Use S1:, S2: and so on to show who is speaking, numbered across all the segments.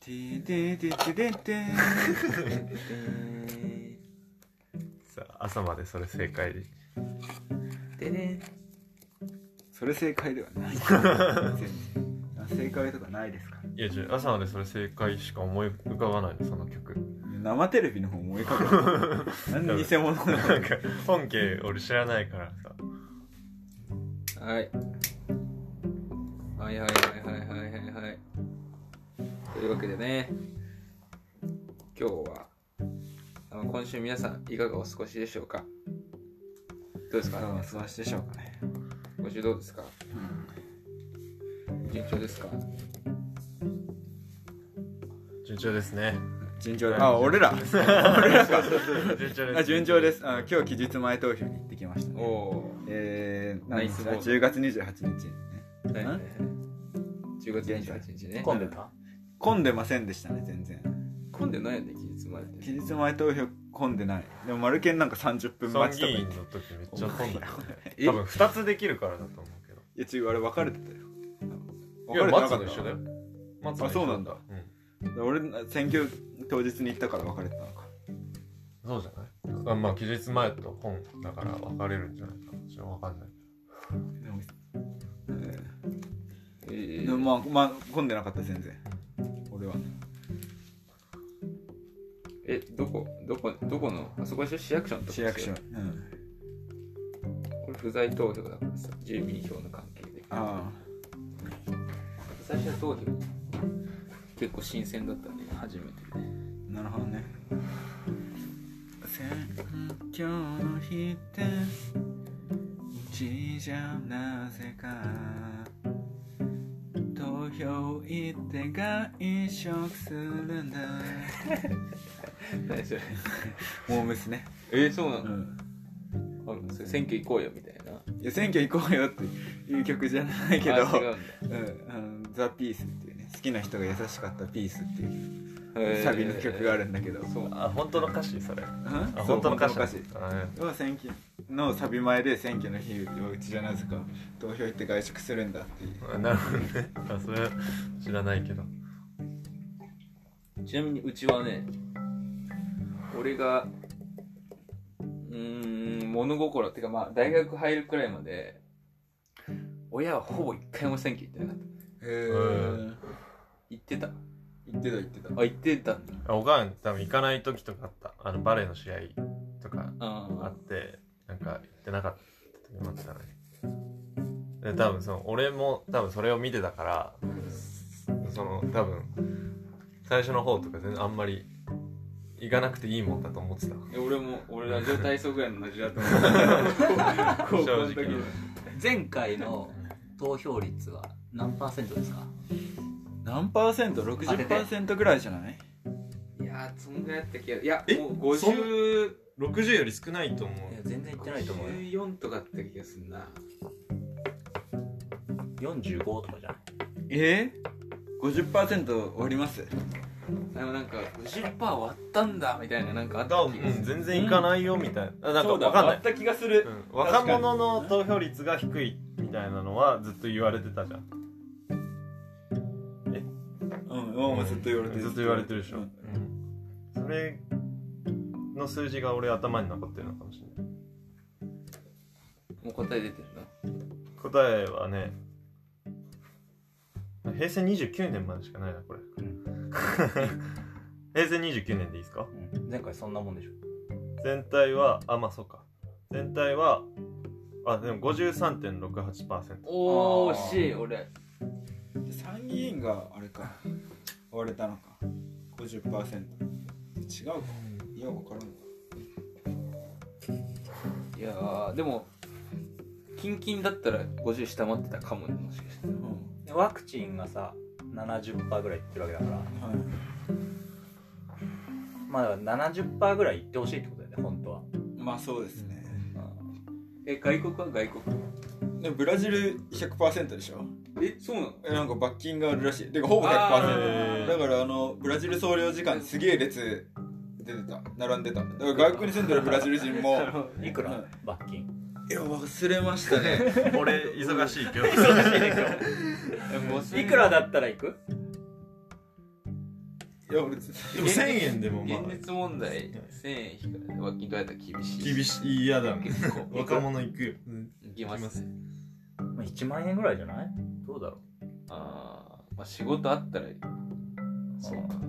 S1: ててててて
S2: さあ朝までそれ正解で
S1: でねそれ正解ではない全然正解とかないですから
S2: いや違う朝までそれ正解しか思い浮かばないのその 曲
S1: 生テレビの方思い浮かべる何で偽物なの
S2: なんか本家俺知らないからさ
S1: はい。はいはいはいはいはいはいはい。というわけでね、今日は、あの今週皆さんいかがお過ごしでしょうかどうですかお過ごしでしょうかね。今週どうですか、順調ですか
S2: 順調です ね
S1: 順調
S2: です
S1: あ、俺ら俺らか
S2: 順調です
S1: あ順調ですあ。今日期日前投票に行ってきました、
S3: お
S1: ね。
S3: お
S1: えー、
S3: ナイスボード
S1: 10月28日。
S3: ー。だよね。10月28日ね。
S1: 混んで
S2: た
S1: 混んでませんでしたね、全然。
S3: 混んでないよね、期日前って。
S1: 期日前投票混んでないでも丸ンなんか30分
S2: 参
S1: 待ちと
S2: 議
S1: か言
S2: 院
S1: って
S2: の時めっちゃ混んだよ
S1: え
S2: 多分2つできるからだと思うけど
S1: いや違うあれ別れてたよ
S2: いや松
S1: た
S2: も一緒だよ松も
S1: あ
S2: 一緒
S1: そうなんだ俺選挙当日に行ったから別れてたのか
S2: そうじゃないあまあ期日前と本だから分かれるんじゃないかちょっと分かんない
S1: でも、え
S3: え
S1: ー
S3: ー
S1: でもまあ、まあ、混んでなかった全然俺は
S3: え、どこどこどこのあそこでしょ市役所のとこ
S1: 市役所、う
S3: こ
S1: ん、
S3: れ不在投票だからさ、住民票の関係で。
S1: あ
S3: 最初の投票結構新鮮だったね、初めてね。
S1: あなるほどね選挙の日ってうちじゃなぜか投票行って外食する んだ
S3: 何それ
S1: モームスね、
S3: え、そうな
S1: う
S3: の、
S1: ん
S3: あそれ選挙行こうよみたいな。
S1: いや選挙行こうよっていう曲じゃないけど
S3: あ違うんだ。
S1: 「うん、あのザ・ピースっていうね好きな人が優しかったピースっていう
S3: へー
S1: サビの曲があるんだけど、うん、
S3: そう。
S2: あ本当の歌詞それあ
S1: そう
S2: 本当の歌詞
S1: 本は選挙のサビ前で選挙の日はうちじゃなぜか投票行って外食するんだっていう
S2: あなるほどねあそれは知らないけど
S3: ちなみにうちはね俺がうーん物心っていうかまあ大学入るくらいまで親はほぼ一回も選挙行ってなかった
S1: へ
S2: ー
S3: 行ってたあ
S1: 言ってた言ってた
S3: 行ってたんだ
S2: あおかん多分行かない時とかあったあのバレーの試合とかあ
S3: あ
S2: ってなんか行ってなかった時もあったねで多分その俺も多分それを見てたからその多分最初の方とか全然あんまり行かなくていいもんだと思ってた
S3: え俺も俺ラジオ体操ぐらいの同じだ と思う
S2: 正
S3: 高校の時
S2: 直
S4: 前回の投票率は何パーセントですか
S1: 何パーセント ?60% ぐらいじゃない
S3: いやーそんぐらいやった気がいや
S2: え
S3: もう50
S2: 60より少ないと思う
S4: いや全然いってないと思うよ
S3: 54とかだった気がするな
S4: 45とかじゃない
S1: えー、50%終わります
S3: でもなんか50%割ったんだみたいななんかあった
S2: 多
S3: 気
S2: 分、
S3: が
S2: う
S3: す
S2: ん、
S3: る
S2: 全然行かないよみたいな、あなんか
S1: そうだ
S2: わかんな
S1: あっ
S2: い、
S1: た気がする、
S2: うん、若者の投票率が低いみたいなのはずっと言われてたじゃん
S1: うん、もうずっと言われてる
S2: ずっと言われてるでしょ、
S1: う
S2: うんんそれの数字が俺頭に残ってるのかもしれない
S3: もう答え出てるな
S2: 答えはね平成29年までしかないなこれ、
S4: う
S2: 平成29年でいいですか
S4: 前回そんなもんでしょ
S2: 全体はあまあそうか全体はあでも53.68%
S3: おー
S1: あー
S3: 惜しい俺
S1: 参議院があれか追われたのか50%違うかいや分からんない
S3: やーでもキンキンだったら50下回ってたかもねもしかして
S1: う
S4: でワクチンがさ70%ぐらいいってるわけだから
S1: んはい
S4: まあだから70%ぐらいいってほしいってことだよね本当は、
S1: まあそうですね
S3: え外国は外国
S1: でブラジル100%でしょ
S3: えそうなの
S1: えなんか罰金があるらしいてかほぼ
S3: あ
S1: 100%
S2: ー
S1: だからあのブラジル総領事館にすげえ列出てた並んでただから外国に住んでるブラジル人も
S4: いく
S1: う
S4: ら、
S1: ん
S4: 罰金
S1: いや忘れましたね
S2: 俺 忙しい今日
S4: いくらだったらいく
S1: いや俺でも1000円でもまあ
S3: 現実問題1000円引かれて罰金取られたら厳しい
S1: 厳しい嫌だもん
S3: 結構
S1: 若者行くよ、うん
S3: いきますね
S4: まあ1万円ぐらいじゃないどうだろ
S3: あーまあ仕事あったらそうか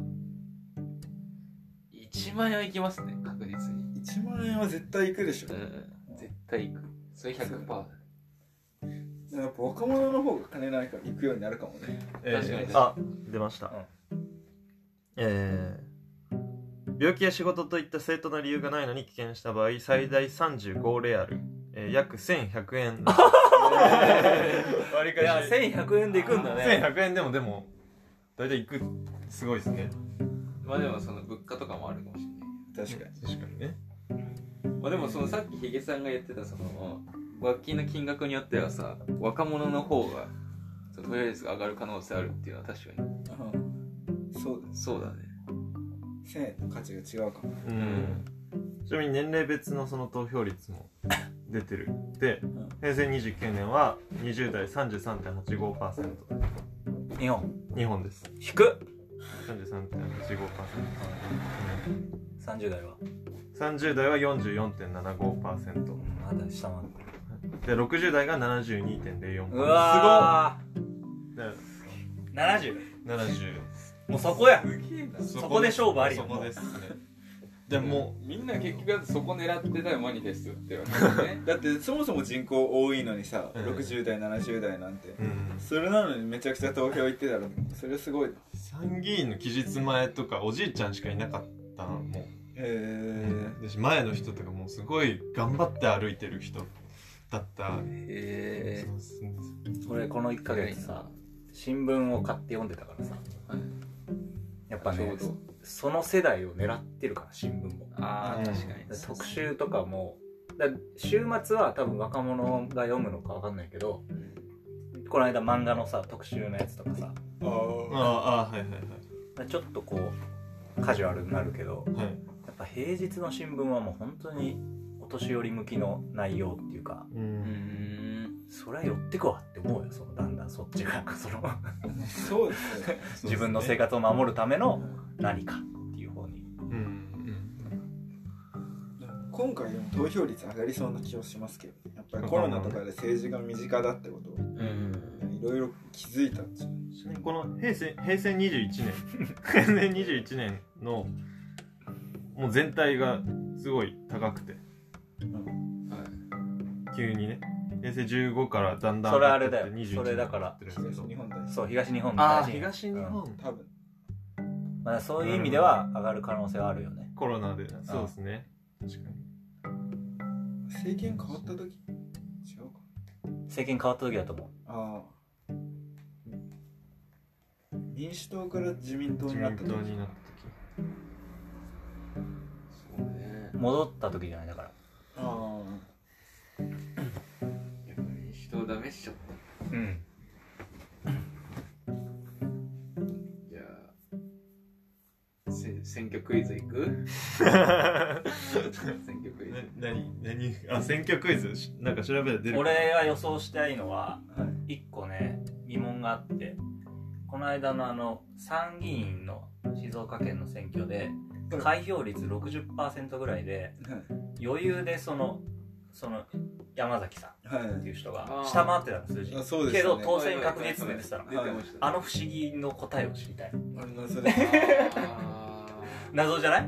S3: 1万円はいきますね確実に
S1: 1万円は絶対行くでしょ
S3: うん絶対行くそれ100%だ
S1: やっぱ若者の方が金ないから行くようになるかもね
S3: 確かに
S2: あ出ました、えー病気や仕事といった正当な理由がないのに棄権した場合最大35レアル、えー約1100円割り
S4: ういや
S2: 返し
S4: 1100円でいくんだね
S2: 1100円でもでも大体いくすごいですね
S3: まあでもその物価とかもあるかもしれない
S1: 確か
S2: 確かにね
S3: まあ、でもそのさっきヒゲさんが言ってたその罰金の金額によってはさ若者の方がその投票率が上がる可能性あるっていうのは確かに
S1: に、うん、そうだ
S3: そうだね
S1: 1000円の価値が違うかも
S2: うんちなみに年齢別のその投票率も出てるで
S1: ん
S2: 平成29年は20代33.85%
S4: 日本
S2: 日本です
S4: 引く
S2: 33.85%
S4: 30代は
S2: 30代は44.75%
S4: まだ下まで
S2: で60代が72.04%
S4: うわ
S2: すごっ
S4: ー70
S2: 70
S4: もうそこや
S1: そ
S4: こで勝負ありよ
S2: そこですねでも
S3: みんな結局そこ狙ってたよマニですよって言われてね
S1: だってそもそも人口多いのにさ、
S2: うん
S1: 60代70代なんて
S2: う、うん
S1: それなのにめちゃくちゃ投票行ってたらそれすごいな
S2: 参議院の期日前とかおじいちゃんしかいなかったのも
S1: へえ
S2: う私前の人とかもうすごい頑張って歩いてる人だった
S3: へ
S2: そうですね
S4: 俺この1ヶ月さ新聞を買って読んでたからさ
S3: はい
S4: やっぱ
S3: ちょ
S4: ね
S3: うど
S4: その世代を狙ってるから新聞も
S3: ああ確かに
S4: で特集とかもだ週末は多分若者が読むのかわかんないけどこの間漫画のさ特集のやつとかさ
S1: あ
S2: ああはいはい
S4: ちょっとこうカジュアルになるけど
S2: はいはい
S4: やっぱ平日の新聞はもう本当にお年寄り向きの内容っていうか
S2: う
S3: うんん
S4: そりゃ寄ってくわって思うよそのだんだんそっちが その
S1: あそうですね
S2: そうですね
S4: 自分の生活を守るための何かっていう方に
S2: うん
S1: 今回でも投票率上がりそうな気はしますけどやっぱりコロナとかで政治が身近だってこと
S3: うんうん
S1: いろいろ気づいたんじゃない
S2: ちなみにこの平成平成21年 平成21年のもう全体がすごい高くて
S3: はい
S2: 急にね平成15からだんだん
S4: それあれだよ
S2: 21
S4: それだから
S2: になってるんです
S1: 東
S2: け
S1: 日
S2: ど
S1: 本大震
S4: そう東日本
S2: ああ
S4: 震
S2: 東日
S4: うん
S2: 本
S1: 多分
S4: まあ、そういう意味では上がる可能性はあるよね
S2: コロナでそうですね確か
S1: 政権変わった時違うか
S4: 政権変わった時だと思う
S1: ああ民主党から自民党
S2: に自
S1: になっ
S2: 民
S1: た
S2: 党
S1: 時
S2: になった
S3: そうね
S4: 戻った時じゃないだから
S1: あ
S3: やっぱり人をダメしちゃった
S4: うん
S3: じゃあせ選挙クイズいく選挙クイ
S2: 時な
S3: ズ
S2: 何何あ選挙クイズしなんか調べたら出る
S4: 俺が予想したいのは
S1: あはい
S4: 一個ね疑問があってこの間のあの参議院の静岡県の選挙で
S1: うん
S4: 開票率60%ぐらいで余裕でそのその山崎さ
S1: はいは
S4: んっ
S1: い
S4: ていう人
S3: あ
S4: が
S3: ー
S4: 下回ってたの数字
S1: あそうですよ
S4: け
S1: ね
S4: ど当選確実で出てたの
S3: 出てました
S4: あの不思議の答えを知りたい
S1: あれなそれ
S3: あ
S4: 謎じゃない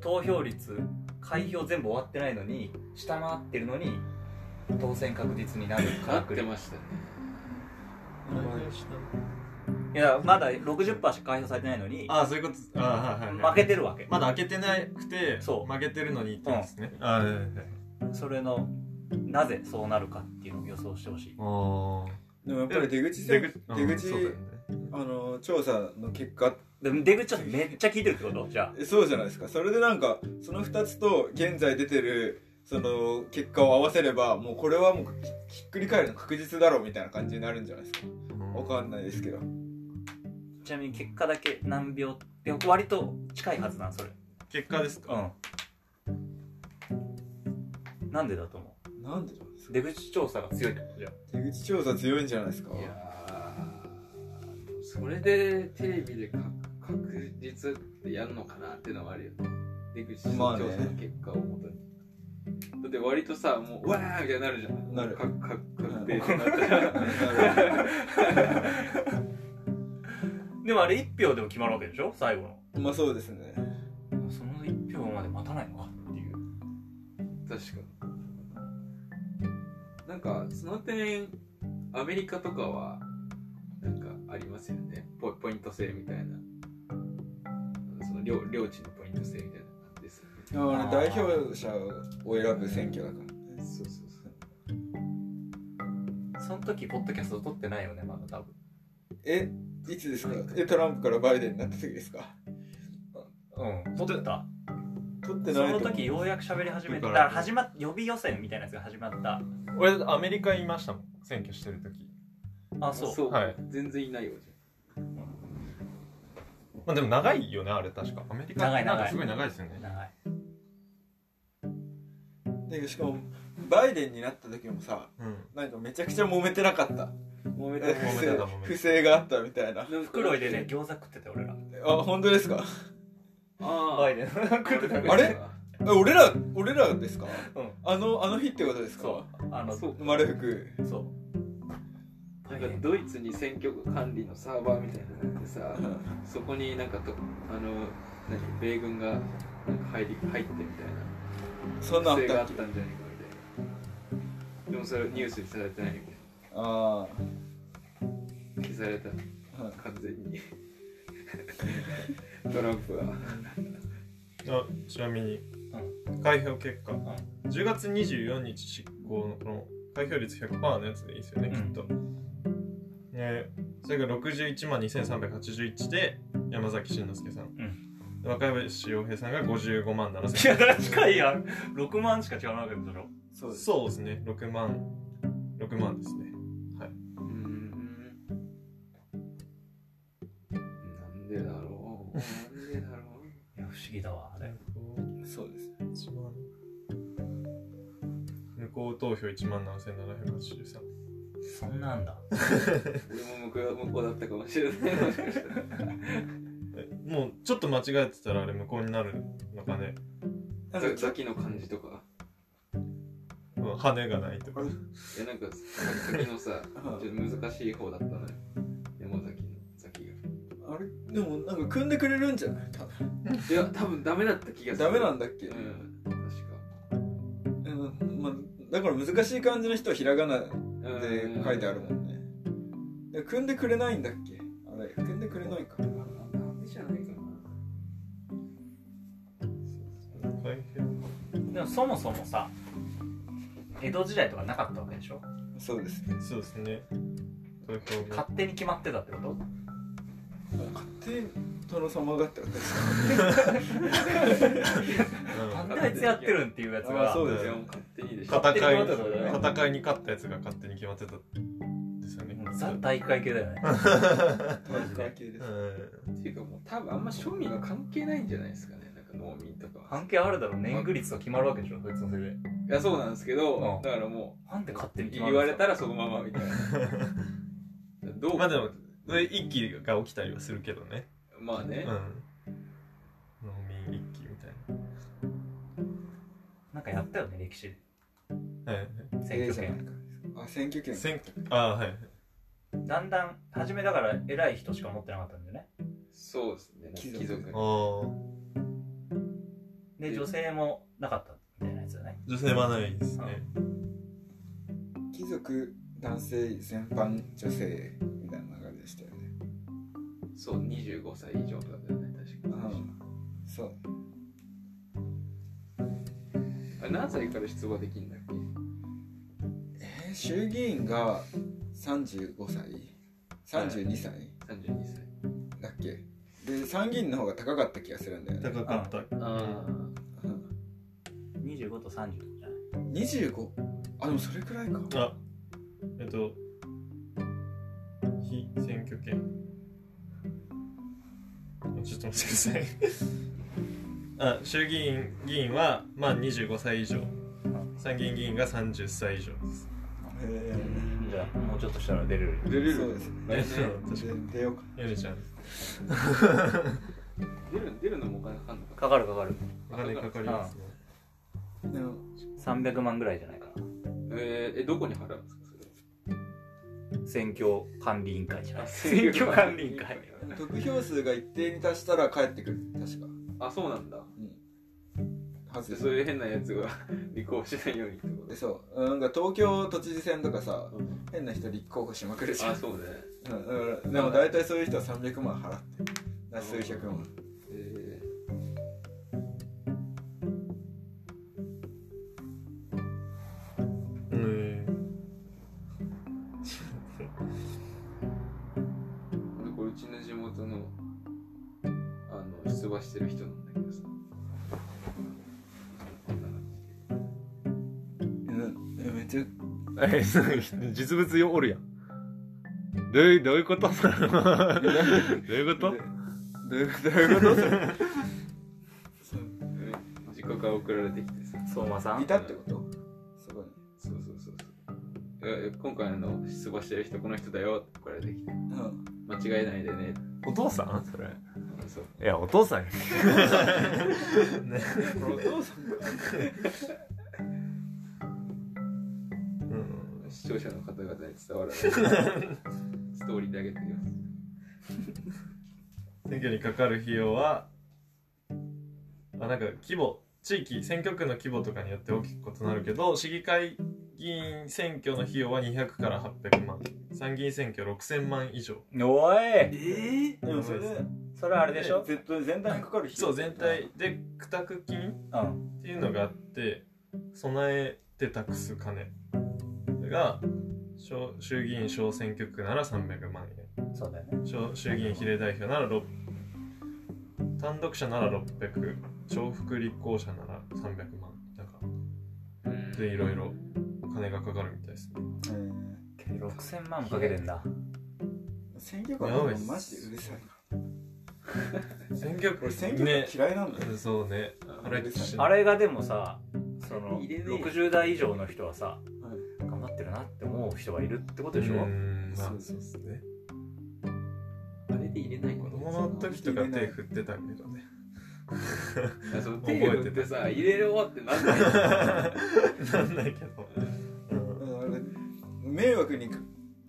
S4: 投票率開票全部終わってないのに下回ってるのに当選確実になる
S3: ー
S4: から
S3: 勝ってましたね
S4: いやまだ60%しか開票されてないのに
S2: ああそういうことああはいはいはい
S4: 負けてるわけ
S2: まだ開けてなくて
S4: そう
S2: 負けてるのにってやつですね、ああはいはいはい
S4: それのなぜそうなるかっていうのを予想してほしい
S2: あ
S1: でもやっぱり出口
S2: ー
S1: 選
S2: うん
S1: 出
S2: そうだよね
S1: 口あの調査の結果
S4: でも出口調査めっちゃ聞いてるってことじゃ
S1: えそうじゃないですかそれでなんかその2つと現在出てるその結果を合わせればもうこれはもうひひっくり返るの確実だろうみたいな感じになるんじゃないですか
S2: うん
S1: わかんないですけど
S4: あちなみに結果だけ何秒って割と近いはずなんそれ
S2: 結果ですか、
S4: うんなんでだと思
S1: なんでなんです
S4: う出口調査が強いってことじゃん
S1: か出口調査強いんじゃないですか
S3: いやーそれでテレビでか確実ってやるのかなっていうのはあるよね出口調
S1: ま
S3: 査
S1: あ
S3: の
S1: ね
S3: 結果をもとに、だって割とさもううわーみたいになるじゃん
S1: なる
S3: かか 確定ってなったら
S4: でもあれ1票でも決まるわけでしょ最後の
S1: まあそうですね
S4: その1票まで待たないのかっていう
S3: 確かになんかその点アメリカとかはなんかありますよねポポイント制みたいなその領領地のポイント制みたいな感じですよね
S1: あれ代表者を選ぶ選挙だから
S3: そうそうそう
S4: その時ポッドキャスト撮ってないよねまだ多分
S1: えいつですかえトランプからバイデンになった時ですか
S4: うん撮ってた
S1: 取っ
S4: そ
S1: てないと
S4: の
S1: 思う
S4: 時ようやく喋り始めて
S2: だ
S4: だ
S2: か
S4: からら始まっ予備予選みたいなやつが始まった
S2: 俺アメリカにいましたもん選挙してる時
S4: あそう
S3: そう、
S2: はい
S3: 全然いないよじゃん
S2: まあでも長いよねあれ確かアメリカ
S4: 長い長い
S2: なんかすごい長いですよね
S4: 長い
S1: でしかもバイデンになった時もさ
S2: うん
S1: なんかめちゃくちゃ揉めてなかった
S3: 揉めた
S1: え
S3: 揉
S1: 不
S3: め
S1: 正
S2: た揉めた
S1: 不正があったみたいな
S3: た
S4: 袋井でね餃子食ってたよ俺ら
S1: あ本当ですか
S3: あ
S4: バ
S3: あ
S4: イデン食ってた
S1: あれえ俺ら俺らですか
S4: うん
S1: あのあの日ってことです
S4: そ
S1: か
S4: うあの
S3: そうか
S1: 丸福
S4: そう
S3: なんかドイツに選挙区管理のサーバーみたいなのがあってさそこになんかとあの何米軍がなんか入り入ってみたいな
S1: そんなんあっ
S3: 不正が
S1: た
S3: あ
S1: っ
S3: った
S1: け
S3: んじゃないかみたいなでもそれニュースにされてないみたい
S1: あ
S3: な消された
S1: あ、はい
S3: 完全に トランプは
S2: あちなみに、開票結果、10月24日執行のこの開票率100%のやつでいいですよね、
S4: う
S2: き
S4: ん
S2: っとねそれが61万2381で山崎慎之介さん、若林洋平さんが55万
S4: いや
S2: 7000
S4: だから近いやん6万しか違わなかったでしょ
S1: そうです
S2: そうですね6万6万ですね
S3: うーんなんでだろうなんでだろう
S4: いや不思議だわあれ
S1: そうです
S2: 1万無効投票1万7783
S4: そんなんだ
S3: 俺も向こう向こうだったかもしれないもしかしたら
S2: えもうちょっと間違えてたらあれ無効になるのかね、
S1: なんかちょ
S3: さっきの感じとか
S2: うん、羽がないとか
S3: いやなんか先のさちょっと難しい方だったのよ山崎の先が
S1: あれでもなんか組んでくれるんじゃない多分
S3: いや多分ダメだった気がする
S1: ダメなんだっけ、
S3: うん確か
S1: うんまあ、だから難しい漢字の人はひらがなで
S3: うん
S1: 書いてあるもんねで組んでくれないんだっけあれ組んでくれないか
S3: ダメじゃないかな
S2: 開票
S4: でもそもそもさ江戸時代とかなかったわけでしょ
S1: そうです
S2: そうですね。投票が。
S4: 勝手に決まってたってこと
S1: 勝手に殿様がってことですか
S4: なんであいつやってるんっていうやつが
S1: あそうです
S3: いや
S1: よ
S3: もう勝手にでしょ
S2: 戦い
S4: 勝手に決まってたってことだ
S2: 戦いに勝ったやつが勝手に決まってたんですよね。
S4: もうザ大会系だよね
S1: 大会系です
S2: うん
S3: っていうかもう多分あんま庶民は関係ないんじゃないですかねなんか農民とかは
S4: 関係あるだろ年貢率が決まるわけでしょそいつのせいで
S3: いやそうなんですけど
S4: うん
S3: だからも
S4: なんで勝手
S3: う
S4: に決ま
S3: 言
S4: るん
S3: われ
S4: です
S3: た
S4: から
S3: そのままみたいなどう
S2: まあでも、それ一揆が起きたりはするけどね。
S3: まあ
S2: う
S3: ね
S2: ん。農民一揆みたい
S4: なんかやったよね歴史
S2: な。はい
S4: 選挙権
S1: あ選挙権
S2: 選挙。ああ、はい。
S4: だんだん初めだから偉い人しか持ってなかったんだよね
S3: そうですね
S1: 貴族
S3: 貴族
S2: ああ。
S4: で女性もなかったみたいなやつだね
S2: 女性はないですね。
S1: 貴族男性全般女性みたいな流れでしたよね
S3: そう25歳以上とかだよね確かに
S1: そう
S3: あれ何歳から出馬できるんだっけ
S1: えー衆議院が35歳32歳、
S3: 32歳
S1: だっけで参議院の方が高かった気がするんだよね
S2: 高かった。
S3: ああ
S1: うん
S4: 25と30とかじゃない
S1: 25? あでもそれくらいか
S2: あ、えっと、非選挙権。ちょっと待ってください。 あ、衆議院議員は、まあ、25歳以上。参議院議員が30歳以上です。
S1: へえ
S4: じゃあもうちょっとしたら出れる
S1: 出れるです
S2: ね
S1: ね出ようか
S2: ゆめちゃん
S3: 出る出るのもお金かかるのか
S4: かかるかかる
S2: お金かかりますね
S1: でも
S4: 300万ぐらいじゃないかな
S3: えー、えどこに払うんですかそれ
S4: 選挙管理委員会じゃない
S3: 選挙管理委員会
S1: 得票数が一定に達したら帰ってくる確か
S3: あそうなんだ
S1: はず
S3: で
S1: で
S3: そういう変なやつが 立候補しないようにってこと
S1: でそうなんか東京都知事選とかさ
S3: うん
S1: 変な人立候補しまくるじゃ
S3: あ
S1: ん
S3: そうね
S1: うんうんでも大体そういう人は300万払ってな数百万
S3: え
S2: うん
S3: ー、俺これうちの地元のあの出馬してる人なんだけどさ
S1: うんめっちゃ
S2: えそう実物よおるやんどういうどういうこと どういうこと
S1: どういうことどういうことそれ
S3: うん実家から送られてきてさ
S4: 相馬さん
S1: いたってことそこに
S3: そうそうそうそういや今回の出馬してる人この人だよって送られてきて
S1: うん
S3: 間違えないでね
S2: お父さんそれ
S3: そう
S2: いやお父さんよ
S1: お父さん
S2: うん
S3: 視聴者の方々に伝 わらないストーリーであげてみます
S2: 選挙にかかる費用はあなんか規模地域選挙区の規模とかによって大きく異なるけど市議会議員選挙の費用は200から800万参議院選挙6000万以上
S4: おい
S1: ええでもそれ
S4: それあれでしょ
S1: 絶対全体にかかる費用
S2: そう全体で区託金
S4: うん
S2: っていうのがあって備えて託す金が小衆議院小選挙区なら300万円
S4: そうだよね
S2: 小衆議院比例代表なら6単独者なら600重複立候補者なら300万なんかでいろいろお金がかかるみたいですね
S1: うん
S4: 6000万もかけてんだ
S1: 選挙区はもうマジでうるさいな
S2: 選挙区
S1: 俺選挙
S2: ね
S1: 区嫌いなんだよ
S2: そうねあれ
S1: う
S4: あれがでもさその
S3: 入れねえよ
S4: 60代以上の人はさ頑張ってるなって思う人がいるってことでしょ
S2: うんまあ
S1: そう
S2: そうですね
S3: あれで入れない
S2: 子
S3: こ
S2: 供の時とか手振ってたけど ね
S3: とその
S2: 覚
S3: 手
S2: えてた
S3: 振ってさ入れろってなんない
S2: なんないけど、うん
S1: うんあれ迷惑にか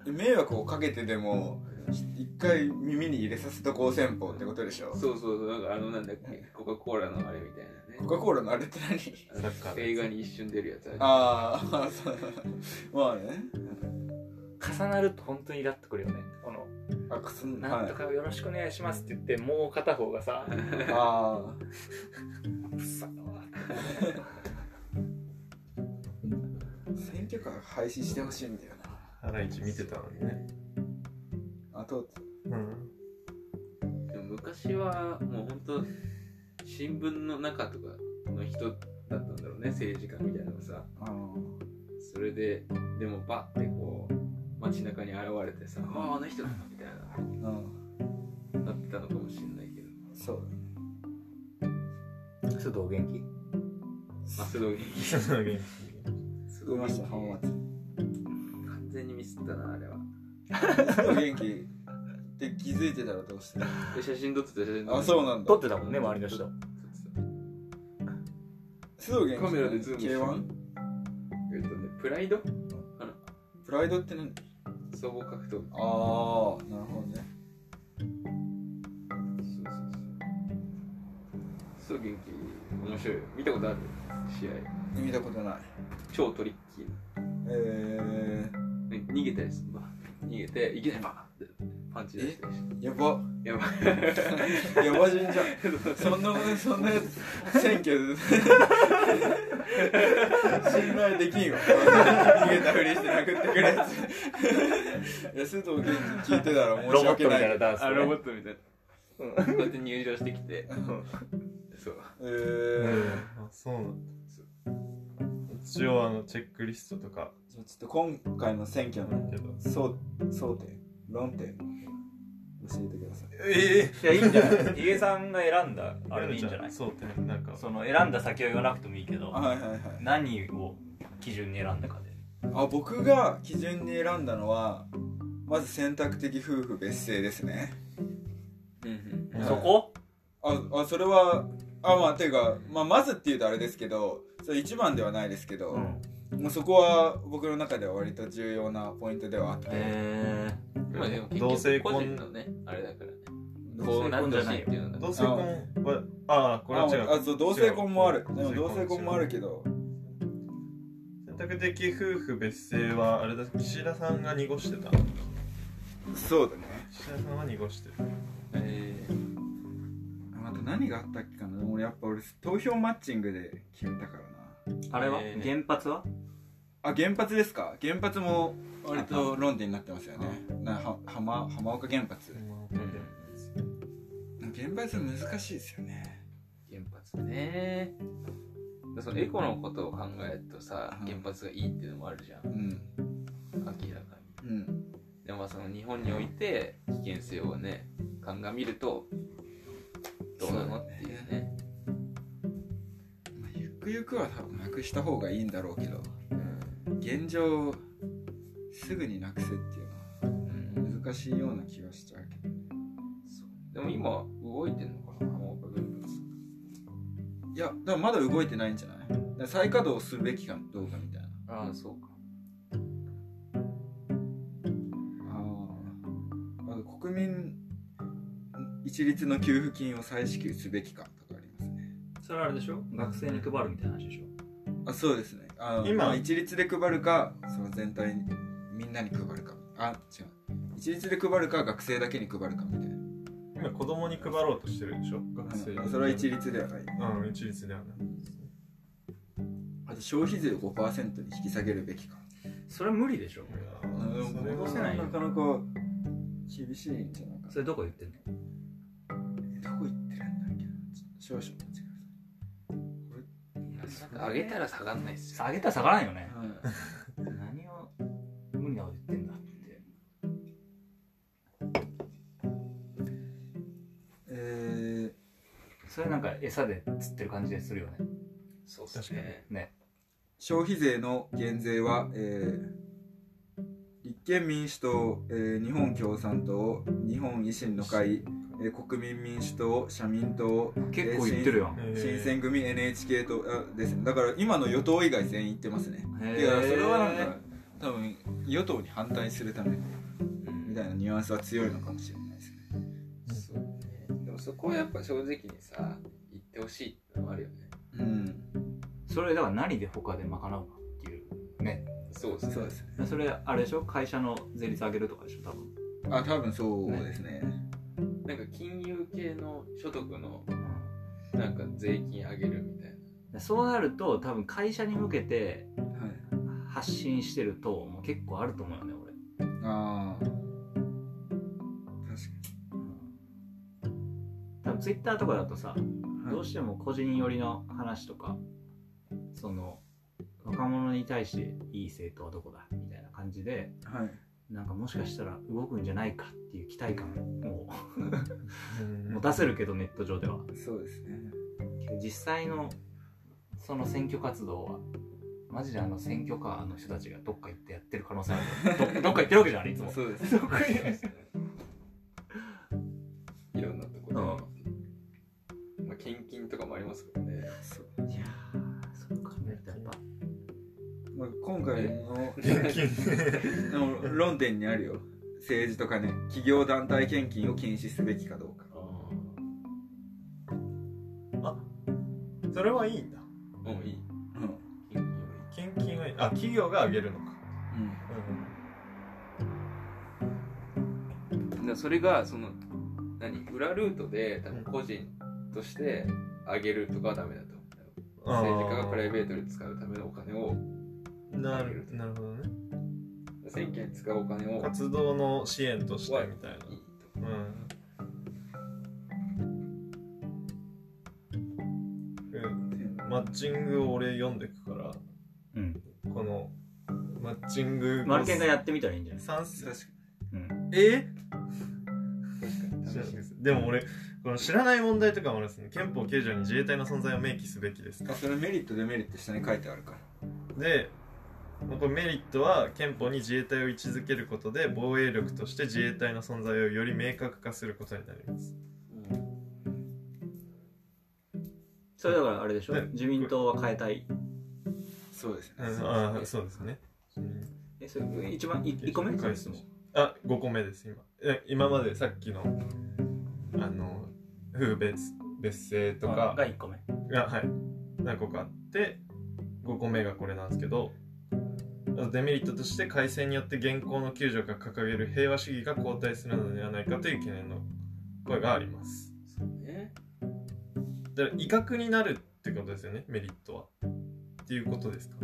S1: 迷惑をかけてでもひ一回耳に入れさせとこう戦法ってことでしょ
S3: そうそうそうなんかあのなんだっけコカ・コーラのあれみたいな
S1: コ
S3: ね
S1: カ・コーラのあれって何
S3: あの
S2: サッカーのやつ
S3: 映画に一瞬出るやつある
S1: ああそう まあね
S4: 重なると本当にイラっとくるよねこの
S1: あくすん
S4: なんと
S1: はい
S4: かよろしくお願いしますって言って、もう片方がさ、
S1: あ
S4: くっさ
S1: あ選挙カー廃止してほしいんだよ
S2: ハライチ見てたのにね、
S1: なあと
S2: うん、
S3: でも昔はもう本当新聞の中とかの人だったんだろうね政治家みたいなのがさ
S1: あの
S3: それででもバッてこう街中に現れてさ「あああの人だ」みたい
S1: うん
S3: ななってたのかもしれないけど
S1: そう
S4: ちょっとお元気
S3: まあそれを元気
S1: すごいました本末
S3: 完全にミスったなあれは
S1: 元気って気づいてたらどうして
S3: で写真撮ってた写真撮ってた
S1: あそうなんだ
S4: 撮ってたもんね、周りの人。
S1: 須藤元気
S3: カメラでズームして
S1: K1?
S3: えっとねプライド
S1: プライドって何
S3: 総合格闘技そう
S1: ああなるほどね
S3: そうそうそう元気面白いよ見たことある試合
S1: 見たことない
S3: 超トリッキーな
S1: え
S3: ね逃げたりするバーン逃げていきなりバーンってパンチ出したりして
S1: ー、やば
S3: やばい
S1: やば人じゃんそんなそんなやつ選挙で信頼できんわ逃げたふりして殴ってくるやつ いや須藤元気聞いてたら申
S4: ロ
S1: し
S4: ボット
S1: 訳
S4: み
S1: な
S4: たいないダンス、
S3: あ
S4: ね。
S3: ロボ ットみたいなこうやって入場してきてそう
S1: え
S2: うん
S1: ー、
S2: あそうなんです一応あのチェックリストとか
S1: じゃあちょっと今回の選挙
S2: あ
S1: の
S2: るけど
S1: 争争点論点教えてください
S2: え
S4: いや、いいんじゃないヒゲさんが選んだ、あれでいいんじゃない
S2: そうってなんか
S4: その選んだ先を言わなくてもいいけど、
S1: はいはいはい
S4: 何を基準に選んだかで。
S1: あ僕が基準に選んだのはまず選択的夫婦別姓ですね
S3: うん
S1: はい
S4: そこ
S1: ああそれはあまあていうか、まあ、まずっていうとあれですけどそれ一番ではないですけど、
S4: うん
S1: もうそこは僕の中では割と重要なポイントではあって、
S2: え
S3: うん。まあでも
S2: 同
S3: 結
S2: 性
S3: 局
S2: 婚
S3: 個人のね、あれだからね。
S1: 同
S3: こう
S1: 性
S3: なっ
S1: 婚
S3: て
S1: じゃ
S3: ほ
S1: な
S3: し
S1: い
S3: いっていうの
S2: 同
S3: が。
S2: 性婚はああこれは違う
S1: ああそう同性婚もある
S2: 違う
S1: でも同性婚もあるけど
S2: 選択的夫婦別姓はあれだ岸田さんが濁してた
S1: そうだね
S2: 岸田さんは濁してる
S3: えー
S1: また何があったっけかな俺やっぱ俺投票マッチングで決めたからな
S4: あれは
S3: えー
S4: 原発は
S1: あ原発ですか原発も割と論点になってますよねなは浜浜岡原発原発難しいですよね
S3: 原発ね。そのエコのことを考えるとさ、
S1: うん
S3: 原発がいいっていうのもあるじゃん。
S1: うん
S3: 明らかに。
S1: うん
S3: でもまあその日本において危険性をね、鑑みると、どうなのっていうね。
S1: まあゆくゆくは多分なくした方がいいんだろうけど、現状すぐになくせっていう
S3: うん
S1: のは難しいような気がしちゃうけど
S3: そうでも今動いてんのかな浜岡原発
S1: いやでもまだ動いてないんじゃないだから再稼働するべきかどうかみたいな
S3: ああそうか
S1: ああと国民一律の給付金を再支給すべきかとかありますね
S4: それはあれでしょ学生に配るみたいな話でしょ
S1: あそうですねあの
S2: 今
S1: まあ一律で配るかその全体にみんなに配るかあ違う一律で配るか学生だけに配るかみたいな
S2: 今子供に配ろうとしてるでしょ学生
S1: うんそれは一律ではない
S2: うん一律ではない
S1: あと消費税を5%に引き下げるべきか
S4: それは無理でしょ
S1: うん
S2: れは
S1: これはなかなか厳しいんじゃないかな
S4: それどこ言ってんの
S1: どこ行ってるんだっけなちょ少々お待ちく
S3: なんか上げたら下がんないっすよ
S4: 下げたら下がらんよね
S1: ださいはい
S4: 何を無理なこと言ってんだって
S1: え
S4: それなんか餌で釣ってる感じでするよね
S3: そうっ
S2: すね
S4: ね
S1: ー消費税の減税は、えー立憲民主党、えー日本共産党日本維新の会、えー国民民主党社民党
S4: 結構言ってるやん
S2: えー
S1: 新選組 NHK 党あですねだから今の与党以外全員言ってますね
S4: へー
S1: だからそれはなんか多分与党に反対するためみたいなニュアンスは強いのかもしれないですね
S3: そうねでもそこはやっぱ正直にさ言ってほしいってのもあるよね
S1: うん
S4: それだから何で他で賄うかっていうね
S3: そうっすね
S1: そうですね
S4: それあれでしょ会社の税率上げるとかでしょ多分
S1: あ多分そうですね
S3: なんか金融系の所得のなんか税金上げるみたいな
S4: そうなると多分会社に向けて
S1: はい
S4: 発信してるともう結構あると思うよね俺
S1: ああ確
S4: 多分ツイッターとかだとさ、
S1: はい
S4: どうしても個人寄りの話とかその若者に対していい政党はどこだみたいな感じで
S1: かにはい
S4: なんかもしかしたら動くんじゃないかっていう期待感を
S2: うん
S4: 持たせるけどネット上では
S1: そうですね
S4: 実際のその選挙活動はマジであの選挙カーの人たちがどっか行ってやってる可能性あるよ どどっか行ってるわけじゃんあれいつも
S1: そうです
S4: どっか行って
S3: いろんなところで、まあ、献金とかもありますからね
S4: いやーそう考えるとやっぱ
S1: まあ、今回の
S2: 現金
S1: でも論点にあるよ政治とかね企業団体献金を禁止すべきかどうか
S2: あ それはいいんだ
S3: うんいい
S1: うん、うん、
S3: 献金
S2: 献金はいいあ企業が上げるのか
S3: だからそれがその何裏ルートで多分個人として上げるとかはダメだと思うんだよ政治家がプライベートで使うためのお金を
S2: なるなるほどね
S3: 選挙に使うお金をは
S2: 活動の支援としてみたい
S3: いい
S2: なうんうんマッチングを俺読んでくから
S4: うん
S2: このマッチング
S4: マルケンがやってみたらいいんじゃない
S2: 賛成
S4: うん
S1: え
S3: と確かに
S2: でも俺この知らない問題とかもあるんですね憲法9条に自衛隊の存在を明記すべきです
S1: あそれメリットデメリット下に書いてあるから
S2: でこれメリットは憲法に自衛隊を位置づけることで防衛力として自衛隊の存在をより明確化することになります
S3: それだからあれでしょ
S2: ね
S3: 自民党は変えたい
S1: そうですね
S2: ああそうですね
S3: えそれ一番い一個目の質問
S2: あ五5個目です今え今までさっきのあの風別別姓とか
S4: が1個目
S2: がはい何個かあって5個目がこれなんですけどあとデメリットとして改正によって現行の救助が掲げる平和主義が後退するのではないかという懸念の声があります
S5: ね
S2: だから威嚇になるってことですよねメリットはっていうことですか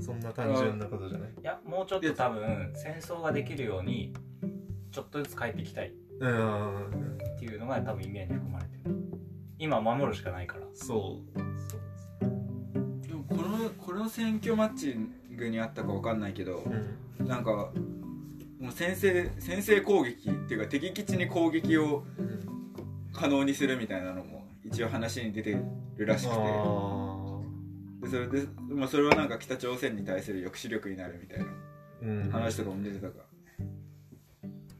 S2: そんな単純なことじゃない
S4: いやもうちょっと多分戦争ができるようにちょっとずつ変えていきたいっ
S2: うーん
S4: ていうのが多分意味合いに含まれてる今守るしかないから
S2: そうそう
S1: でもこのこの選挙マッチングにあったかわかんないけど
S2: うん
S1: なんかもう先制先制攻撃っていうか敵基地に攻撃を
S2: うん
S1: 可能にするみたいなのも一応話に出てるらしくて
S2: あ
S1: でそれで、まあ、それはなんか北朝鮮に対する抑止力になるみたいな
S2: ーうん
S1: 話とかも出てたから、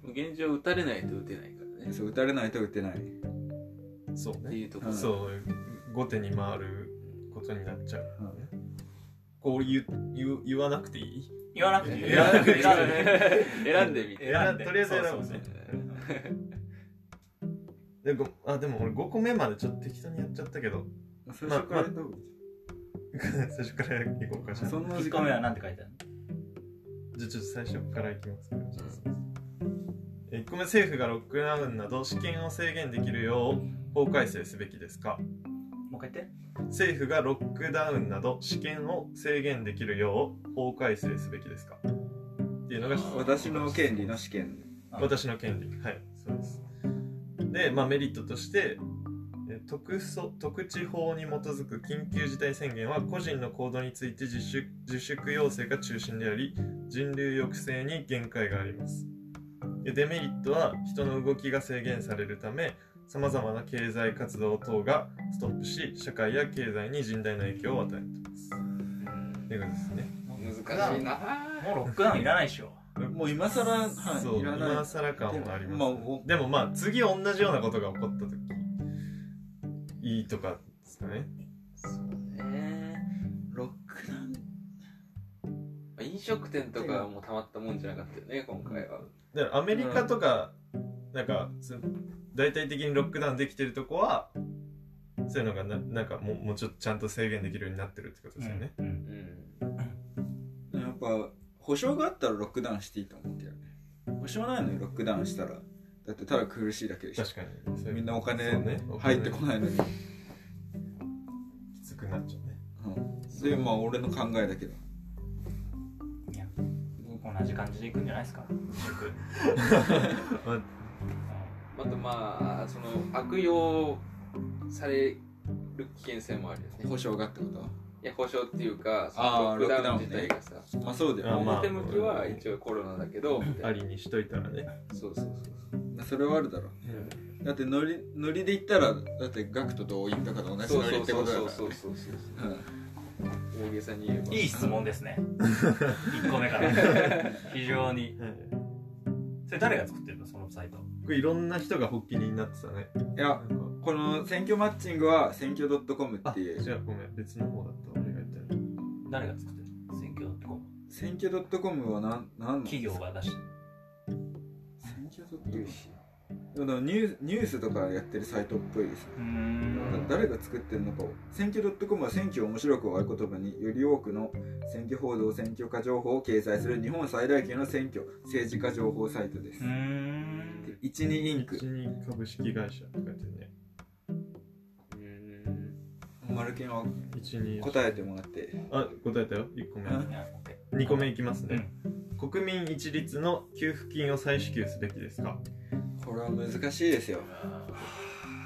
S5: 現状打たれないと打てないからね
S1: そう打たれないと打てない
S2: そう
S5: って
S2: ね
S5: いうところ、
S1: うん
S2: そう後手に回ることになっちゃう
S1: うん
S2: こう言う言う言わなくていい
S4: 言わなくていい
S2: 言わなくていい
S4: 選んで
S5: 選んでみて
S4: 選んで
S2: とりあえず選ぶね
S4: そうそうそう
S2: でごあでも俺5個目までちょっと適当にやっちゃったけど
S1: 最初からやった方がいい
S2: 最初から行こうかしら
S1: そんな
S4: 1
S1: 時
S4: 個目は
S1: 間
S4: 何て書いてある
S2: じゃあちょっと最初からいきますから1個目政府がロックダウンなど私権を制限できるよう法改正すべきですか
S4: のもう一回言って
S2: 政府がロックダウンなど私権を制限できるよう法改正すべきですかっていうのが
S1: 私の権利の試験
S2: 私の権利はいそうですで、まあ、メリットとしてえー特措特地法に基づく緊急事態宣言は個人の行動について自粛自粛要請が中心であり人流抑制に限界がありますでデメリットは人の動きが制限されるためさまざまな経済活動等がストップし社会や経済に甚大な影響を与えていますということですね
S5: 難しいな
S4: もうロックダウンいらないでしょ
S1: もう今更はい
S2: そう
S1: いらない
S2: 今更感はあります、ね
S1: まあお
S2: でもまあ次同じようなことが起こった時いいとかですかね
S5: そうね
S1: ロックダウン
S5: まあ飲食店とかもたまったもんじゃなかったよね今回は
S2: だからアメリカとか、なんかそ大体的にロックダウンできてるとこはそういうのがななんかもうもうちょっとちゃんと制限できるようになってるってことですよね、
S4: うんうん
S5: うん
S1: やっぱ保証があったらロックダウンしていいと思うけどね保証ないのにロックダウンしたらだってただ苦しいだけでしょ
S2: 確かにそういう
S1: みんなお金
S2: そうねお金
S1: 入ってこないのに、
S2: きつくなっちゃうね
S1: うん、でまあ俺の考えだけど
S4: いや同じ感じでいくんじゃないですか、う
S5: あとまあその悪用される危険性もあるよね
S1: 保証がってこと
S5: いや保証っていうかそ
S1: あ
S5: の
S1: ー
S5: ロックダウン自
S1: ロックダウン
S5: 体
S1: ね
S5: がさ、
S1: まあそうだよ、
S2: あまあ
S5: 表向きは一応コロナだけどみたいな
S2: ありにしといたらね
S5: そうそうそう
S1: まあそれはあるだろうだってノリノリで言ったらだってガクトとインとかと同じ
S5: そう
S1: ノリ
S5: そ
S1: っ
S5: う
S1: て
S5: そ
S1: こ
S5: う
S1: とだ
S5: そ
S1: か
S5: う
S1: ら
S5: そうそう
S1: うん
S5: 大げさに言えば
S4: んいい質問ですね1個目から 非常に
S2: はい
S4: それ誰が作ってるのそのサイト
S2: これいろんな人が発起人になってたね
S1: いやこの選挙マッチングは選挙 .com っ
S2: あ
S1: ていう
S2: 違うごめん別の方だった俺が言ってる
S4: 誰が作ってるの選挙ってこ
S1: 選挙 .com は何何
S4: う企業が出してる
S1: 選挙 .com でもニューニュースとかやってるサイトっぽいですね
S4: うーん
S1: 誰が作ってるのかを選挙 .com は選挙を面白くを合言葉により多くの選挙報道選挙家情報を掲載する日本最大級の選挙政治家情報サイトです
S4: うーん
S1: 一二イン
S2: 一
S1: ク
S2: 人株式会社って書いてるね
S5: うん
S1: マルケンは
S2: 一人
S1: 答えてもらって
S2: あ答えたよ1個目
S1: うん
S4: いや OK
S2: 2個目いきますね、国民一律の給付金を再支給すべきですか
S1: これは難しいですよ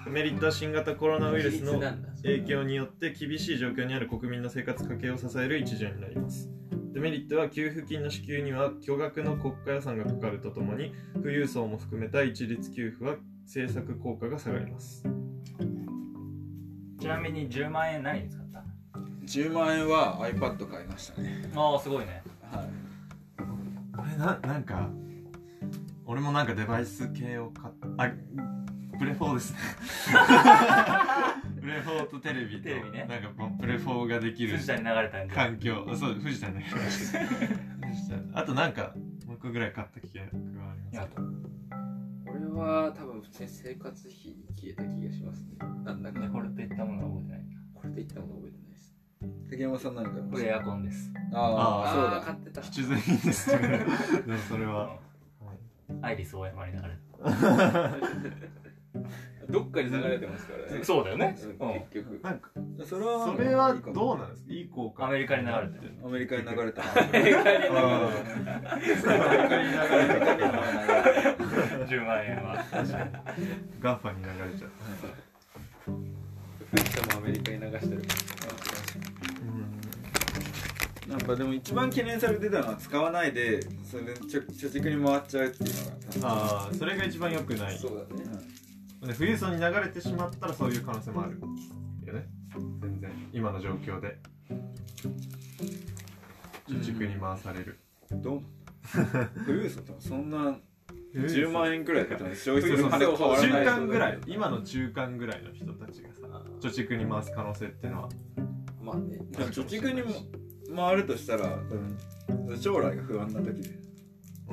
S2: メリットは新型コロナウイルス
S5: 比率
S2: の
S5: なんだ
S2: 影響によって厳しい状況にある国民の生活家計を支える一助になりますデメリットは給付金の支給には巨額の国家予算がかかるとともに富裕層も含めた一律給付は政策効果が下がります
S4: ちなみに10万円何に使った
S1: 10万円は iPad 買いましたね
S4: ああすごいね
S2: 俺ななんか俺もなんかデバイス系を買ったあプレ4ですね プレ4とテレビと
S4: テレビね
S2: なんかこうプレ4ができる
S4: 藤田に流れたんじゃ
S2: 環境あそう藤田 ね藤田あとなんかもう一個ぐらい買った記憶はあり
S4: や
S2: ま
S4: っ
S2: す
S4: と
S3: 俺は多分普通に生活費に消えた気がしますね。なんだか
S4: で
S3: こ
S4: これといったものは覚えてない
S3: れと言ったもの覚えてないです。
S1: 竹山さん何かありま
S4: こ
S1: す
S4: れエアコンです
S1: ああ
S2: あ
S1: そう
S3: あー
S1: だ
S3: 買ってた。
S2: 必需品です けどでもそれは
S4: アイリス大山に流れ
S3: どっかに流れてますからね
S4: た。そうだよね
S3: うん結局。
S2: なんか
S1: それは
S2: それはい
S1: いかも
S2: どうなんですかいい効果
S4: アメリカに流れてる
S1: アメリカに流れた
S4: 10万円は
S2: ガッファに流れちゃった
S3: 藤田もアメリカに流してる。
S1: なんかでも一番懸念されてたのは使わないでそれでちょ貯蓄に回っちゃうっていうのが多分
S2: ああそれが一番良くない
S3: そうだ
S2: で
S3: ね。
S2: 富裕層に流れてしまったらそういう可能性もあるよね全然今の状況で貯蓄に回される、
S1: どう富裕層ってそんな10万円くらいだったら消費する
S2: そうそ
S1: 金変わ
S2: う
S1: らない
S2: 中間ぐらい今の中間ぐらいの人たちがさ貯蓄に回す可能性っていうのは
S3: まあね。
S1: でも貯蓄にも回るとしたら多分将来が不安な時で
S2: あ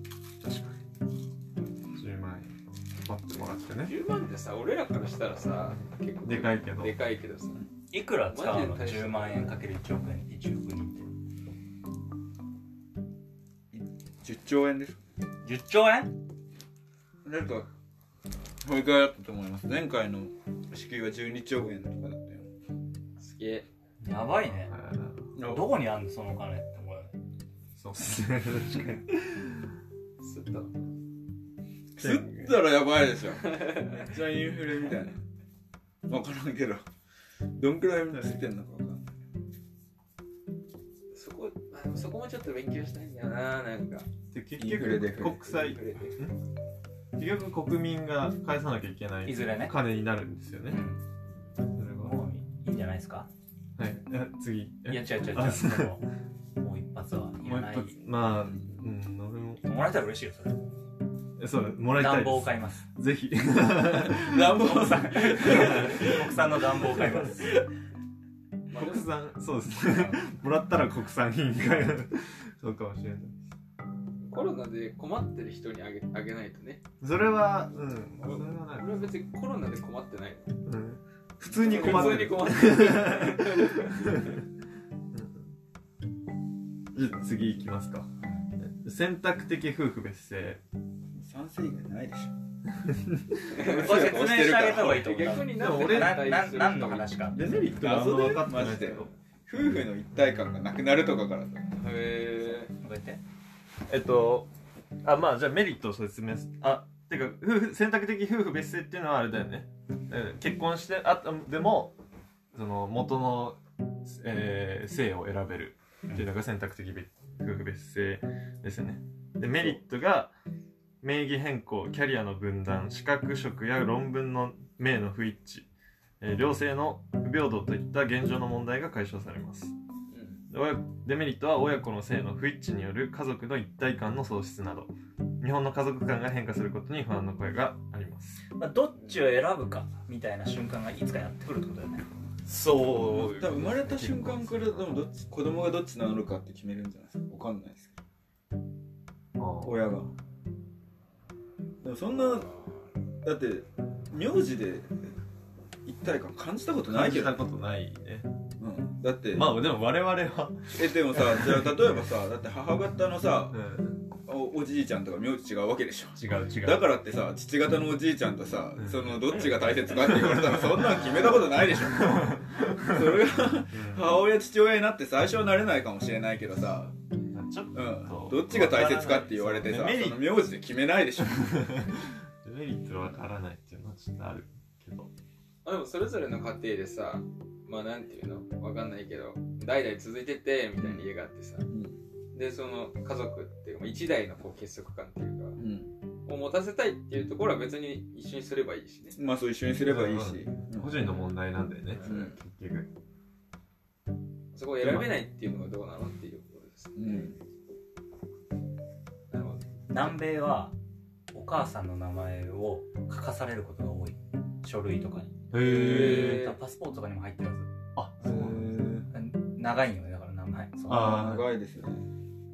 S2: 確かに10万円パッてもらってね
S3: 10万ってさ、俺らからしたらさ、結構
S2: でかいけど
S3: でかいけどさ。
S4: いくら使うの10万円かける1億円1億人
S1: 10兆円です
S4: って10兆円
S1: なんかこれくらいだったと思います前回の支給は12兆円とかだったよ
S3: すげえ。
S4: やばいね
S2: あー
S4: どこにあんのそのお金って思うよね
S2: そうっすね確かに
S3: すった。
S1: 吸ったらやばいでし ょめっちゃインフレみたいなわからんけどどんくらい吸ってんのかわかんない
S3: そこ、まあでもそこもちょっと勉強したいんだよな、なんか。
S2: で結
S1: インフレデ
S2: 局
S1: フレ
S2: 国債
S3: 触れて
S2: 結局国民が返さなきゃいけない
S4: いずれね
S2: 金になるんですよね
S4: うん
S2: それは
S4: もういいんじゃないですか
S2: はいえ次え
S4: いや違う違う違う
S2: あ
S4: そ
S2: そう
S4: のもう一発は
S2: もう
S4: いら
S2: 一
S4: ない
S2: 発まあうん俺も
S4: もらえたら嬉しいよそれ
S2: えそうもらいたい
S4: 暖
S2: で
S4: 房を
S2: す
S4: 買います
S2: ぜひ
S4: 暖房 さん国産の暖房を買います
S3: まあで
S2: 国
S3: も
S2: 産そうですね もらったら国産品が そうかもしれない
S3: コロナで困ってる人にあげあげないとね。
S2: それはうんそれはない、
S3: 俺は別にコロナで困ってない。
S2: うん、普通に困ってる
S3: 普通に困ってる。
S2: じゃあ次いきますか選択的夫婦別姓
S1: 賛成以外ないでし
S4: これ説明してあげた方がいいと思う
S3: 逆にな
S2: でも
S3: ん
S2: 俺
S3: で
S4: な
S3: 反
S4: な
S3: 対する
S4: 何
S3: 人
S4: の
S3: もいる
S4: 話か
S2: ょデメリットがあんま分かってないですけ
S1: 謎
S2: ど
S1: ょ夫婦の一体感がなくなるとかからさ
S3: へえ。
S4: こうやって
S2: えっとあまあじゃあメリットを説明すあてか夫婦選択的夫婦別姓っていうのはあれだよねえー結婚してあったでもその元の、えー姓を選べるっていうのが選択的別夫婦別姓ですよねでメリットが名義変更キャリアの分断資格職や論文の名の不一致、えー両性の不平等といった現状の問題が解消されます親デメリットは親子の性の不一致による家族の一体感の喪失など日本の家族観が変化することに不安の声があります
S4: まあ、どっちを選ぶかみたいな瞬間がいつかやってくるってことだよね
S2: そ
S1: 多分生まれた瞬間からでもどっち子供がどっちなのかって決めるんじゃないですかわかんないですけど親がでもそんなだって名字で一体感感じたことな
S2: 感
S1: いけ
S2: じ
S1: ど
S2: た、ことないね
S1: うん、だって、
S2: まあでも我々は、
S1: えでもさじゃあ例えばさだって母方のさ
S2: うん、
S1: おおじいちゃんとか名字違うわけでしょ
S2: 違う違う
S1: だからってさ父方のおじいちゃんとさ、
S2: うん
S1: そのどっちが大切かって言われたらそんなん決めたことないでしょそれが母親父親になって最初はなれないかもしれないけどさ、
S2: うんちょっ
S1: うん
S2: そう、
S1: どっちが大切かって言われてさ
S2: わからない
S1: その名字で決めないでしょ
S2: とメリットわからないっていうのはちょっとあるけど
S3: あでもそれぞれの家庭でさまあなんていうのわかんないけど代々続いててみたいな家があってさ、でその家族っていうか一代のこう結束感っていう
S1: う
S3: か
S1: ん
S3: を持たせたいっていうところは別に一緒にすればいいしね
S1: まあそう一緒にすればいいし、
S2: 個人の問題なんだよね、
S3: うん
S2: 結局
S3: そこを選べないっていうのがどうなのっていうことですね。
S1: うん
S3: なるほど。
S4: 南米はお母さんの名前を書かされることが多い書類とかに
S3: へー
S4: だからパスポートとかにも入ってるはず
S2: あそうなんだ
S4: 長いんよねだから名前その
S2: あ
S1: 長いですよね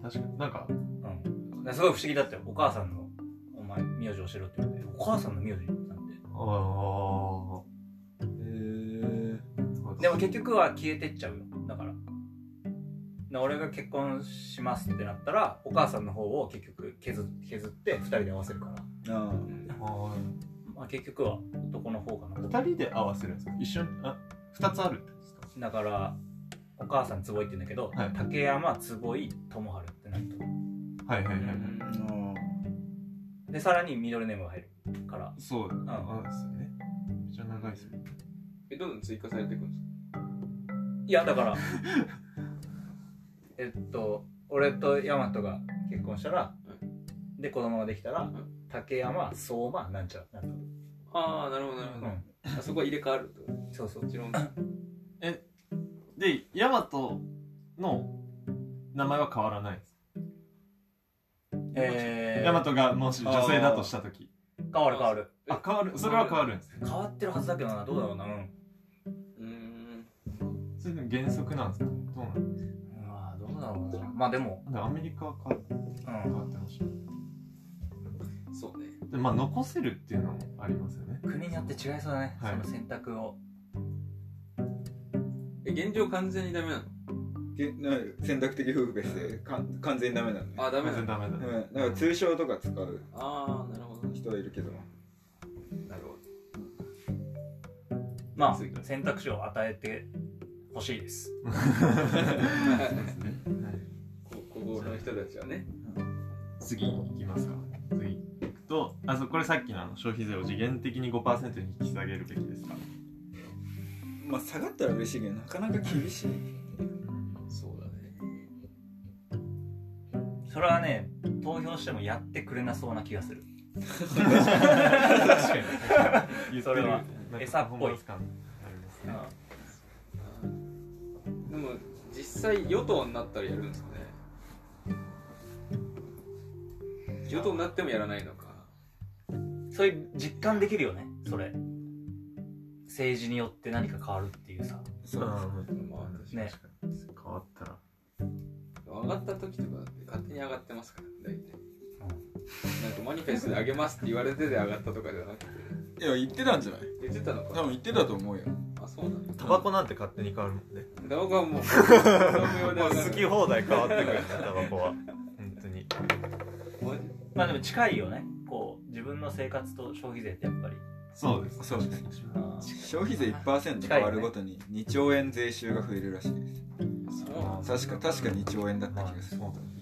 S2: あ確かになんか
S4: うん、すごい不思議だったよお母さんのお前名字教えろって言われてお母さんの名字なんて
S2: ああ
S4: でも結局は消えてっちゃうよだからな俺が結婚しますってなったらお母さんの方を結局削削って2人で合わせるから、
S1: あ
S2: あ
S4: まあ、結局は男の方が
S2: ー
S4: 残
S2: 二人で合わせるやつ一緒にあ二つあるってことですか
S4: るだからお母さん坪井って言うんだけど、
S2: はい
S4: 竹山坪井智春ってなる
S2: はいはいはいはい、
S1: あうん
S4: とでさらにミドルネームが入るから
S2: そう
S4: うん
S2: あですよねめっちゃ長いですね
S3: え、どんどん追加されていくんですか
S4: いやだから えっと俺とヤマトが結婚したら、で子供ができたら、
S3: ん
S4: 竹山相馬なんちゃらなんと
S3: ああ、なるほど、なるほど。あそこは入れ替わるってことね
S4: そうそう
S3: もちろん。あ
S2: でヤマトの名前は変わらないです
S4: えー、
S2: ヤマトがもし女性だとした時
S4: 変わる変わる
S2: あ変わるそれは変わるんですね
S4: 変わってるはずだけどなどうだろうなうん
S3: うーん。
S2: それでも原則なんですかねどうなの
S4: まあどうだろうなまあでも
S2: なんでアメリカは変わ
S4: うん
S2: 変わってました
S3: そうね。
S2: でまあ残せるっていうのもありますよね
S4: 国によって違いそうだね、
S2: はい
S4: その選択を
S3: え、現状完全にダメなの
S1: けな選択的夫婦別姓かん完全にダメなのね
S3: あ、ダメ
S2: 全
S3: な
S2: 然
S3: の
S2: ダメだ、
S1: うん、だから通称とか使う
S3: ああ、なるほど。
S1: 人はいるけど
S3: なるほど。
S4: まあ
S2: そうだね
S4: 選択肢を与えてほしいです
S2: そうですねはい
S3: こここの人たちはね。
S2: 次行きますか次行くとあそうこれさっきのあの消費税を時限的に5%に引き下げるべきですか
S1: まあ下がったら嬉しいけどなかなか厳しい
S3: そうだね。
S4: それはね投票してもやってくれなそうな気がする
S2: 確かに言ってる
S4: それは
S2: なんか
S4: 餌っ
S2: パフ
S4: ぽい
S2: ォーマンス感ありますね
S3: でも、実際、与党になったらやるんですかね。与党になってもやらないのか。
S4: そういう実感できるよねそれ政治によって何か変わるっていうさ
S1: そう
S3: まあ、私
S4: ね
S2: 変わったら
S3: 上がった時とかだって勝手に上がってますから、大体。なんかマニフェストで上げますって言われてで上がったとかではなくて、
S1: いや言ってたんじゃない
S3: 言ってたのか
S1: 多分言ってたと思うよ
S3: あ、そうなの
S2: タバコなんて勝手に変わ るもんね
S3: タバコはもう、業で
S2: もう
S3: 上が
S2: 好き
S3: る。
S2: 放題変わってくるねタバコは本当に
S3: マジ
S4: まあでも近いよねこう自分の生活と消費税ってやっぱり
S2: そうです
S1: そうですね
S4: 近
S1: 消費税1%変わるごとに2兆円税収が増えるらしいです
S3: そうなの
S1: 確か確か2兆円だった
S2: ま
S1: 気
S2: あ
S1: がす
S2: そう
S1: る
S2: だね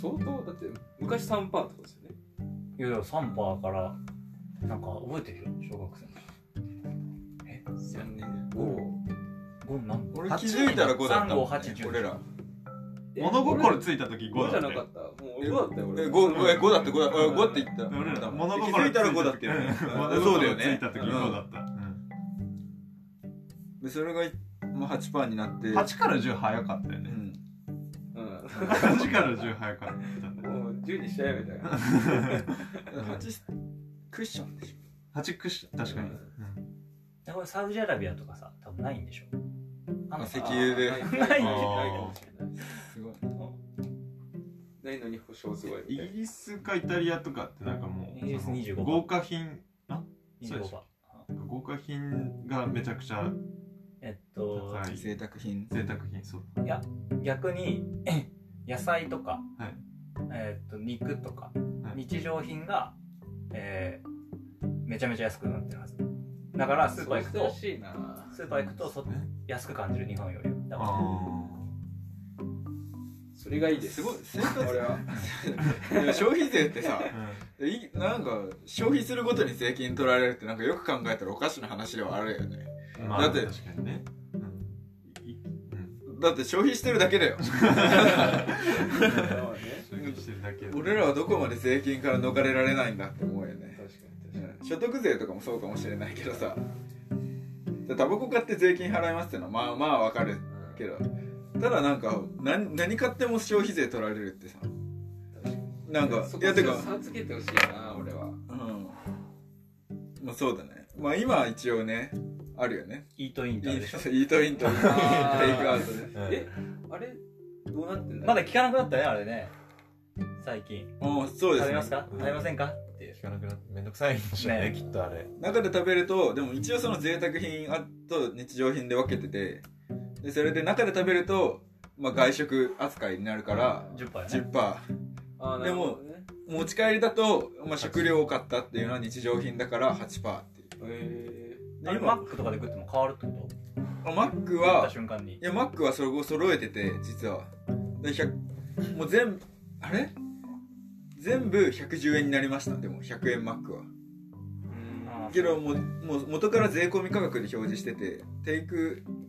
S3: 相当、だって昔3%ってことですよね。
S4: いやいや3パーからなんか覚えてるよ小学生の
S3: 3年で。お
S4: 5なん
S1: 俺気づいたら5だったもん、
S4: 3 5 8 10
S1: 俺ら
S2: 物心ついた時5
S3: 5じ
S2: だ
S3: ゃ
S2: った
S3: な
S2: よ
S3: かった。もう5だったよ、俺。
S1: え 5, 5だって5だ5って言った
S2: 俺ら
S1: 物
S2: 物
S1: 心
S2: 心
S1: 気づいたら5だってよね
S2: 物
S1: そうだよ
S2: 心つ
S1: ね
S2: いた時5だった、うん
S1: でそれが、まあ、8%になって
S2: 8から10早かったよ
S1: う
S2: ね
S1: ん
S3: うん。
S2: 8から10早かったんだ
S3: もう10にしちゃえ みたいな。
S1: 8クッションでし
S2: 8クッション確かに、うん
S4: でこれサウジアラビアとかさ多分ないんでしょあ
S1: ょ
S4: の
S1: 石
S4: さ
S1: 油で
S3: ない
S4: ない
S3: ないかもしれない。
S1: すごい
S3: ないのに保証すごいみ
S2: イ
S3: たいな。
S2: ギリスかイタリアとかってなんかもう
S4: イギリス25
S2: その豪華品あそうで
S4: 25
S2: す
S4: パ
S2: 豪華品がめちゃくちゃ
S4: えっと
S2: 高い贅
S1: 贅沢品
S2: 沢品そう
S4: 逆に 野菜とか、
S2: はい
S4: えー、と肉とか、
S2: はい
S4: 日常品が、えーめちゃめちゃ安くなってるはずだからスーパー行く
S3: 恐ろ
S4: と
S3: しいな
S4: スーパー行くとそ安く感じる日本よりだか
S2: あ
S3: それがいいです。
S1: すごい生活
S3: 俺は。
S1: でも消費税って さ
S2: あ、うん
S1: いなんか消費するごとに税金取られるってなんかよく考えたらおかしな話ではあるよね
S2: まあ、
S1: だって
S2: 確かにね、うんいうん、
S1: だって消費してるだ けだよ
S2: 消費
S3: まあね
S2: してるだけで
S1: 俺らはどこまで税金から逃れられないんだって思うよね、
S3: 確かに
S1: う
S3: 確か
S1: ん、所得税とかもそうかもしれないけどさタバコ買って税金払いますってのはまあまあわかる
S3: に。
S1: けどただなんか何何買っても消費税取られるってさなんかいやてか
S5: 差つけてほしいな俺は
S1: うんまあそうだねまあ今一応ねあるよね
S4: イートイン
S1: イ
S4: ターでしょ
S1: ート インとテイク
S5: あー
S1: アウトで
S2: うん
S5: えあれどうなってんだ
S4: まだ聞かなくなったねあれね最近
S1: ああそうです
S4: 食べ
S1: ね
S4: ますか
S2: うん
S4: 食べませんかっていう
S2: 聞かなくなってめんどくさいんでしょうね
S4: ね
S2: きっとあれ
S1: 中で食べるとでも一応その贅沢品あと日常品で分けててでそれで中で食べると、まあ、外食扱いになるから
S4: 10杯ね
S1: 10%
S5: あーなるほどね
S1: 持ち帰りだと、まあ、食料を買ったっていうのは日常品だから8%っていう
S5: え
S4: あ
S1: で
S4: れマ
S1: 今
S4: ックとかで食っても変わるってこと
S1: あマック
S4: 食っ
S1: は
S4: た瞬間に
S1: いやマックはそれを揃えてて実はで100もう全部あれ全部110円になりましたでも100円マックは
S5: ーうん
S4: あー
S1: けどもうもう元から税込み価格で表示しててテイクん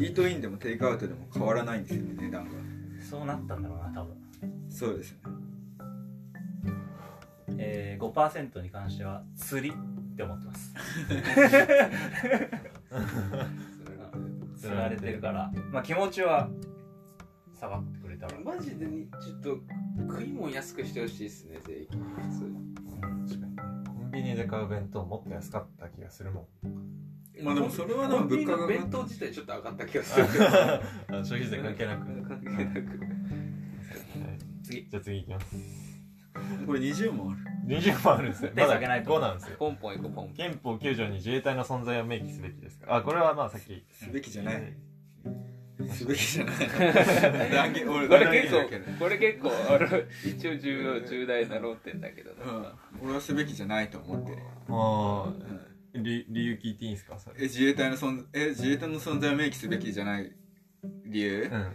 S1: イートインでもテイクアウトでも変わらないんですよね値段が
S4: そうなったんだろうな多分
S1: そうですね
S4: えー、5%に関しては釣りって思ってます
S5: それな
S4: 釣られてるからまあ気持ちは下がってくれたら
S5: マジでにちょっと食いもん安くしてほしいですね税金普通
S2: 確かにねコンビニで買う弁当もっと安かった気がする もん
S1: まあでもそれはなんか物価が
S5: コンビニの弁当自体ちょっと上がった気がする
S2: あ消費税関係なく
S5: 関係なく
S2: 次じゃあ次いき ます
S1: これ20問ある
S2: 20万あるんですよ
S4: 手
S2: まだ
S4: 下げないと
S2: 5なんですよ
S5: ポンポン行こうポンポン
S2: 憲法9条に自衛隊の存在を明記すべきですかあこれはまあさっき
S1: すべきじゃないすべきじゃない断言俺
S5: こ
S1: 断
S5: れ
S1: 言
S5: 結
S1: だけど
S5: 構これ結構あの一応重要重大な論点だけどね
S1: うん、俺はすべきじゃないと思ってる、
S2: も
S1: う、
S2: うん理理由聞いていいんですかそ
S1: え
S2: れ
S1: 自衛隊の存在え自衛隊の存在を明記すべきじゃない理由
S2: うん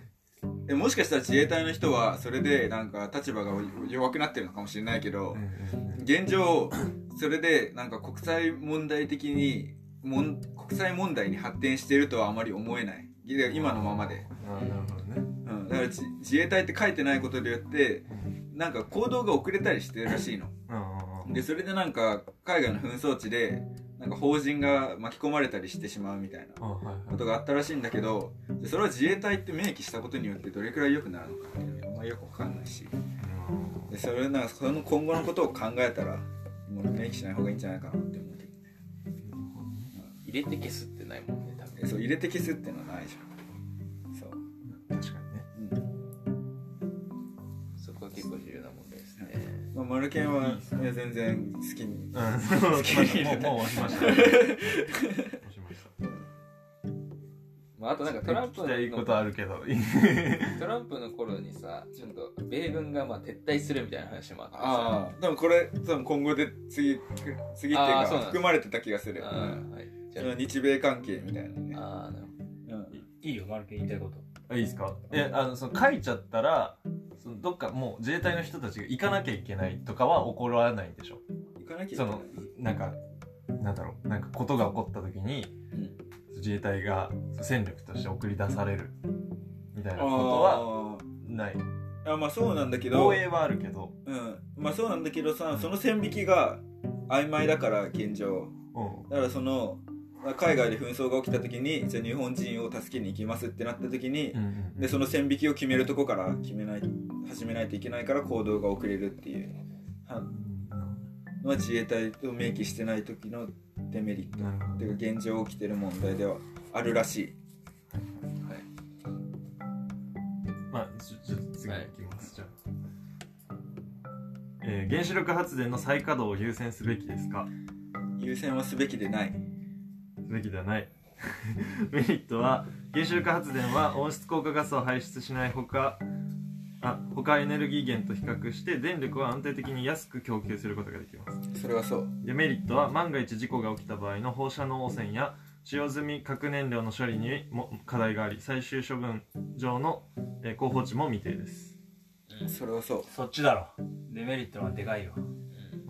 S1: えもしかしたら自衛隊の人はそれでなんか立場が弱くなってるのかもしれないけど、現状それでなんか国際問題的にもん国際問題に発展しているとはあまり思えないいや今のままで、
S2: あなるほどね
S1: うん、だからじ自衛隊って書いてないことによってなんか行動が遅れたりしてるらしいの
S2: うんうん
S1: でそれでなんか海外の紛争地でなんか邦人が巻き込まれたりしてしまうみたいな
S2: あはいはい
S1: ことがあったらしいんだけどでそれは自衛隊って明記したことによってどれくらい良くなるのかっていうのはあんまりよくわかんないしでそれなんかその今後のことを考えたらもう明記しない方がいいんじゃないかなって思うけど
S5: 入れて消すってないもんね多
S1: えそう入れて消すっていうのはないじゃんそう、
S2: 確かにね
S1: うん
S5: 分そこは結構重要な問題ですね
S1: まあ、マルケンはいや全然好きに
S2: うんもうもう押しました押しました
S5: まああとなんかトランプ
S2: 聞きたいこ
S5: の
S2: とあるけ どいい
S5: トランプの頃にさちょっと米軍がまあ撤退するみたいな話もあってさ
S1: ああでもこれ多分今後で次次っていう
S5: あ
S1: か
S5: ーそうなんだ
S1: 含まれてた気がする
S5: うんはいじ
S1: そ
S5: ゃ
S1: の日米関係みたいなね
S5: ああーなる
S1: うん
S4: いいよマルケン言いたいこと
S2: いいですかえあのその書いちゃったらそのどっかもう自衛隊の人たちが行かなきゃいけないとかは起こらないんでしょ
S1: 行かなきゃいけ
S2: そ
S1: ない
S2: のなんかなんだろうなんかことが起こった時に、自衛隊が戦力として送り出されるみたいなことは
S1: あ
S2: ない
S1: ーあまあそうなんだけど
S2: 防衛はあるけど、
S1: うんまあそうなんだけどさその線引きが曖昧だから現状
S2: うん
S1: だからその海外で紛争が起きた時にじゃあ日本人を助けに行きますってなった時に
S2: う、ん
S1: でその線引きを決めるとこから決めない始めないといけないから行動が遅れるっていうはのは自衛隊と明記してない時のデメリッ
S2: なるほ
S1: ト
S2: ど
S1: ていうか現状起きてる問題ではあるらしい
S2: まあ、ちょちょ次
S5: はい
S2: いきます、じゃあ、えー原子力発電の再稼働を優先すべきですか
S1: 優先はすべきでない
S2: すべきではない メリットは原子力発電は温室効果ガスを排出しないほかあ他エネルギー源と比較して電力を安定的に安く供給することができます
S1: それはそう
S2: デメリットは万が一事故が起きた場合の放射能汚染や使用済み核燃料の処理にも課題があり最終処分場のえー広報地も未定です
S1: それはそう
S4: そっちだろデメリットの方がでかいよ
S2: うん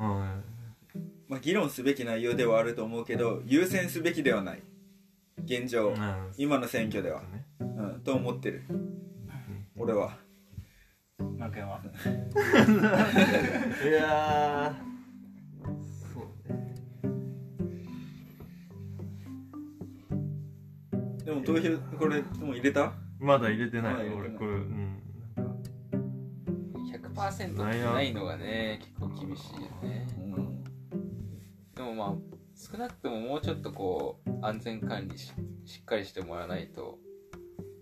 S1: まあ、議論すべき内容ではあると思うけど優先すべきではない現状、
S2: うん
S1: 今の選挙では、
S2: ね
S1: うん、と思ってる、俺は
S4: マルケンはい
S2: やーそうね
S1: ででも投票これもう入れた
S2: まだ入れてない、
S1: まだ入れて
S2: 俺
S1: ない
S2: これうん
S3: 100%ってないのがね結構厳しいよね
S1: うん
S3: でもまあ少なくとももうちょっとこう安全管理ししっかりしてもらわないと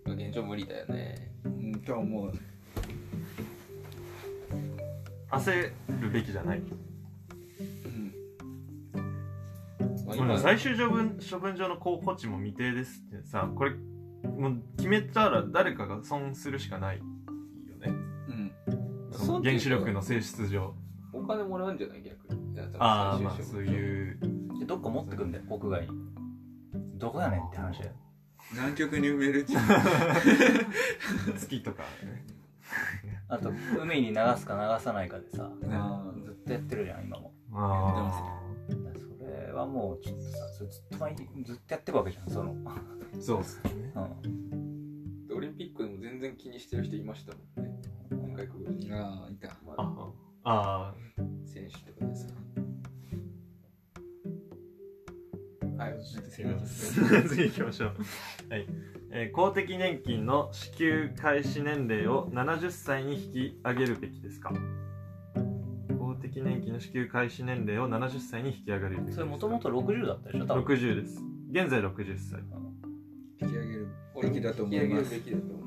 S3: 現状無理だよね
S1: うんとは思う
S2: 焦るべきじゃない、
S1: うん
S3: ま
S2: も
S3: あ今
S2: う最終処分処分場の候補地も未定ですってさこれもう決めたら誰かが損するしかないよね
S1: うん
S2: その原子力の性質上
S3: お金もらうんじゃない逆に
S2: ああまあそう
S3: う
S2: いう
S4: でどっか持ってくんだよ国外にどこやねんって話だよ
S1: 南極に埋め るっていう
S2: 月と か
S4: あと海に流すか流さないかでさ
S1: あ
S4: ずっとやってるじゃん今も
S2: あ
S4: だからそれはもうちょっとさずっと前にずっとやってるわけじゃんその、うん、
S2: あそうっすね
S3: オリンピックでも全然気にしてる人いましたもんね外国人
S1: ーあーいた
S3: まあ
S2: ああ
S3: 選手とかでさ はい
S2: すいません 次行きましょう、はいえー公的年金の支給開始年齢を70歳に引き上げるべきですか公的年金の支給開始年齢を70歳に引き上げるべきです
S4: そ
S2: か
S4: れもともと60だったでしょ多分
S2: 60です現在60歳
S1: 引き上げるべきだと思いま
S3: 引き上
S1: す
S3: げるべきだと思う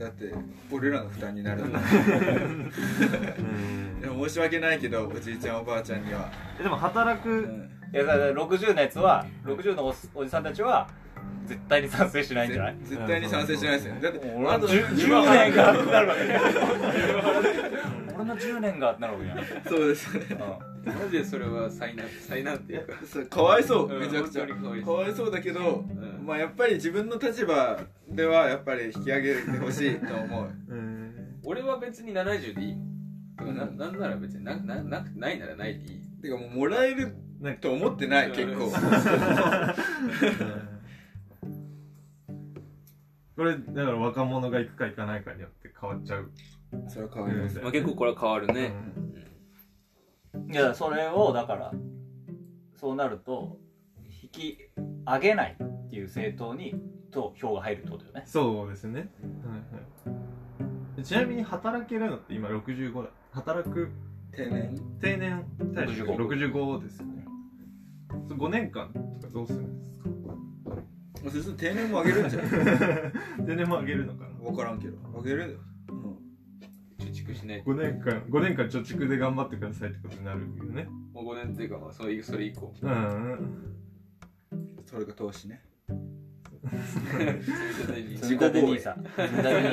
S1: だって俺らの負担になるの
S2: うん
S1: でも申し訳ないけどおじいちゃんおばあちゃんには、
S2: えでも働
S1: う
S2: く
S1: ん、
S4: いやだから60のやつは60のおっおじさんたちは絶対に賛成しないんじゃない
S1: ぜ絶対に賛成しないですよねだって
S4: もう俺の 10,
S1: 10
S4: 10年がってなるわけじゃん俺の10年がってなるわけじゃん、
S1: そうですね
S3: マジでそれは災難災難っていうか
S1: そうかわいそう
S3: うん
S1: めちゃくちゃ
S3: 本当にかわい
S1: か
S3: そ
S1: わいそう
S3: う
S1: だけど
S3: ん
S1: まあやっぱり自分の立場ではやっぱり引き上げてほしいと思う
S2: うん
S3: 俺は別に70でいいもんてかな
S1: うん
S3: なんなら別になななないならないでいい
S1: てかもうもらえると思ってない結構
S2: これだから若者が行くか行かないかによって変わっちゃう
S1: それは変わります
S3: まあ、結構これは変わるね、
S4: うん、いやそれをだからそうなると引き上げないっていう政党にと票が入るってことだよね
S2: そうですね、ちなみに働けるのって今65だ働く
S1: 定年
S2: 定年退職
S4: 65
S2: 65ですよねそ5年間とかどうするんですか
S1: もうそしたら定年も上げるんじゃない
S2: 定年も上げるのかな
S1: 分からんけど上げるうん
S3: 貯蓄しないと
S2: 5年間5年間貯蓄で頑張ってくださいってことになるよね
S3: もう5年っていうかまあそれそれ以降
S2: うん
S1: それが投資ね
S3: 自
S4: 積み立て NISA 積み立て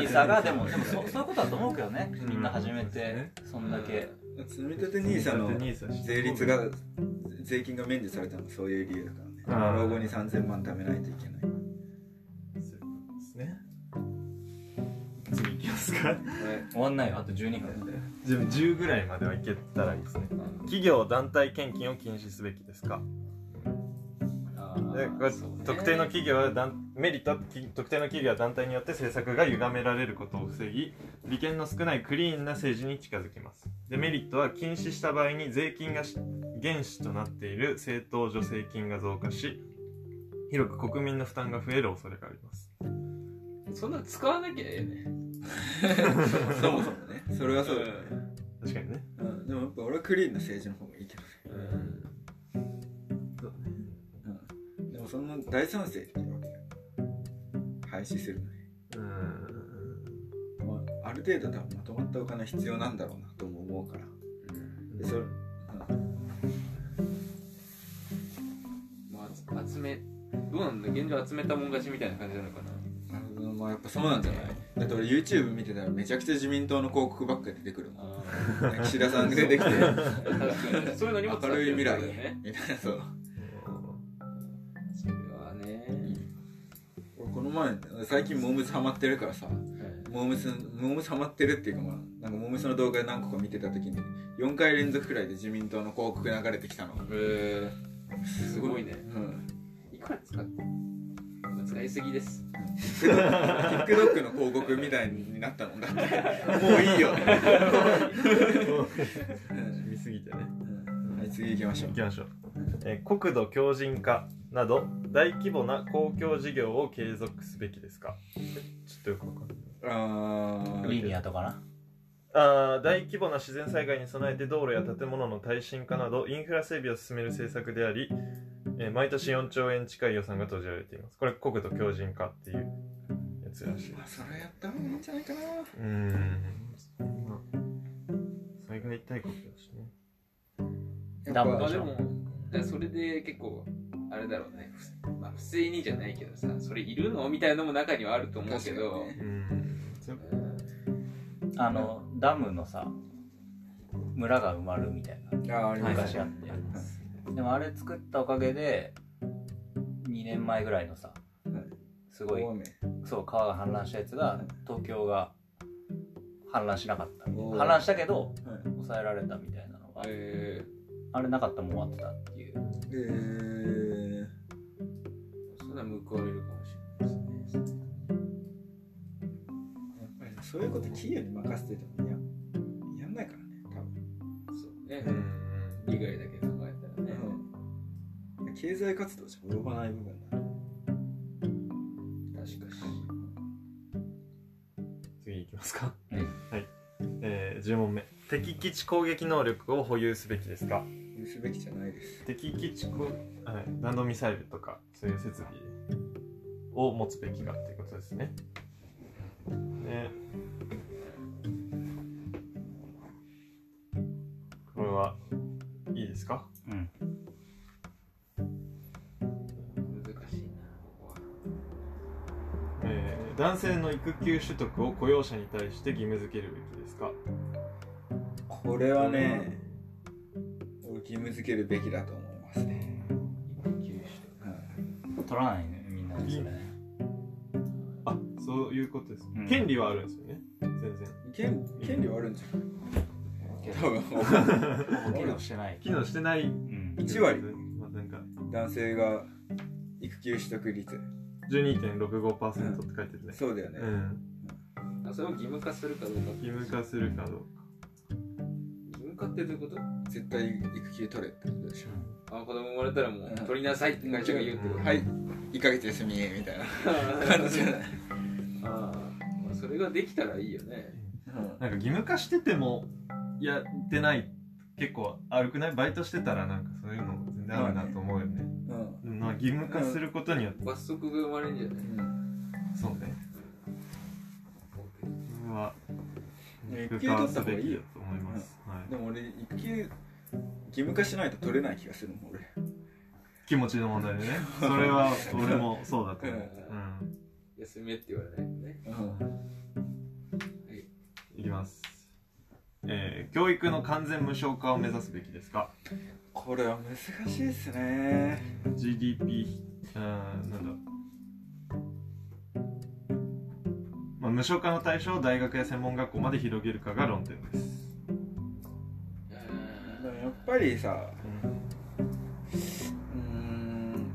S4: NISA がでもでもそそういうことだと思うけどねみんな始めてそんだけ
S1: 積み立て NISA の
S2: の
S1: 税率が税金が免除されたのはそういう理由だから
S2: あー
S1: ね老後に3000万貯めないといけない
S2: ですね次いきますか
S4: 終わんないよあと12分
S2: でも10ぐらいまではいけたらいいですね企業団体献金を禁止すべきですかでこれ特定の企業は団メリットはき特定の企業は団体によって政策が歪められることを防ぎ利権の少ないクリーンな政治に近づきますデメリットは禁止した場合に税金がし原資となっている政党助成金が増加し広く国民の負担が増える恐れがあります
S3: そんなの使わなきゃええね
S1: そもそもねそれはそうだよね、
S2: 確かにね
S1: うん、でもやっぱ俺はクリーンな政治の方がいいけどね、うん、でもそんな大賛成っていうわけよ廃止するのに、
S2: うーん
S1: まあ、ある程度多分まとまったお金は必要なんだろうなとも思うからでそれ、うん
S3: まあ集めどうなんだ現状集めたもん勝ちみたいな感じなのかな
S1: あのまあやっぱそうなんじゃないだって俺 YouTube 見てたらめちゃくちゃ自民党の広告ばっか出てくる もん
S3: あ
S1: 岸田さんが出て きて
S3: あそういうのにも使っ
S1: 明
S3: て
S1: るい
S3: る
S1: 未来
S3: よね
S1: みたいなそう
S3: それはね、
S1: 俺この前最近モームスハマってるからさモームスモームスハマってるっていうかまあなんかモームスの動画何個か見てた時に4回連続くらいで自民党の広告流れてきたの
S3: えー、すごいね
S1: うん
S3: いくら使って使いすぎです
S1: TikTok の広告みたいになったもんだってもういいよ、うん
S2: 見すぎてね
S1: はい次行きましょう
S2: 行きましょう、えー国土強靭化など大規模な公共事業を継続すべきですかちょっとよくわかんない
S1: あー
S4: リニアとかな
S2: あー大規模な自然災害に備えて道路や建物の耐震化などインフラ整備を進める政策であり、えー毎年4兆円近い予算が投じられていますこれ国土強靭化っていうやつらしい
S1: まあそれやった方がいいんじゃないかな
S2: うーんそんな災害大国だしね
S1: やっ
S4: ダム
S3: ま
S4: で
S3: あ
S4: し
S3: で
S4: ょ
S3: も、だからそれで結構、あれだろうね、ふまあ、不正にじゃないけどさ、それいるのみたいなのも中にはあると思うけ
S1: 確か
S3: ど、
S1: にね
S2: うーんそういうこ
S4: あのダムのさ村が埋まるみたいな
S1: あーありまし
S4: 昔
S1: た
S4: あって、でもあれ作ったおかげで2年前ぐらいのさすごい
S1: 大雨
S4: そう川が氾濫したやつが東京が氾濫しなかったみたい
S1: おー
S4: な氾濫したけど
S1: はい
S4: 抑えられたみたいなのが
S3: え
S4: あれなかったらもう終わってたっていう
S1: えー、
S3: ー、そんな報われるかもしれないですね。
S1: やっぱりそういうこと企業に任せててもややんないからね多分
S3: そうね
S2: とうー、ん
S3: 利害だけ考えたらね。
S1: 経済活動じゃ及ばない部分だ
S3: 確か
S2: 次いきますか、
S4: うん
S2: はい、えー、10問目敵基地攻撃能力を保有すべきですか
S1: 言うすべきじゃないです
S2: 敵基地攻、はい、弾道ミサイルとかそういう設備を持つべきかっていうことですね。ねこれはいいですか
S4: うん
S3: に。難しいな、ここは。
S2: えー男性の育休取得を雇用者に対して義務付けるべきですか
S1: これはね俺義務付けるべきだと思いますね、
S3: 育休取
S1: はい
S4: 取らないねみんなそれね
S2: あそういうことです、
S4: うん
S2: 権利はあるんですよね全然
S1: 権権利はあるんじゃない多分
S4: 保険をしてない
S2: 機能してない
S4: うん
S1: 1割
S2: まあなんか
S1: 男性が育休取得率
S2: 12.65%って書いてるね、
S1: そうだよね、
S2: うん、
S3: 得あそれを義務化するかどうかって
S2: 義務化するかどうか
S3: 義務化ってどういうこ
S1: 絶対育休取れってことでしょ、
S3: とあ子供生まれたらもう、
S1: うん
S3: 取りなさいって会社が言うってこと、
S2: うん
S1: はい1ヶ月休みみたいな
S3: あ
S1: 感じじゃない、
S3: ーまあそれができたらいいよね
S2: なんか義務化しててもやってない結構あるくないバイトしてたらなんかそういうの全然あるなと思うよね、
S1: うん
S2: まあ、義務化することによって、
S3: 罰則が生まれるんじゃない
S2: そうねこれは
S1: ね
S2: 義務化すべきだと思います、はい
S1: でも俺育休義務化しないと取れない気がするもん俺
S2: 気持ちの問題でねそれは俺もそうだと思う、
S3: う
S2: う
S3: 休めって言われないよね
S1: うん
S2: ん、いきますえー、教育の完全無償化を目指すべきですか
S1: これは難しいっすね
S2: GDP うんなんだまあ、無償化の対象を大学や専門学校まで広げるかが論点です、
S1: でもやっぱりさうーん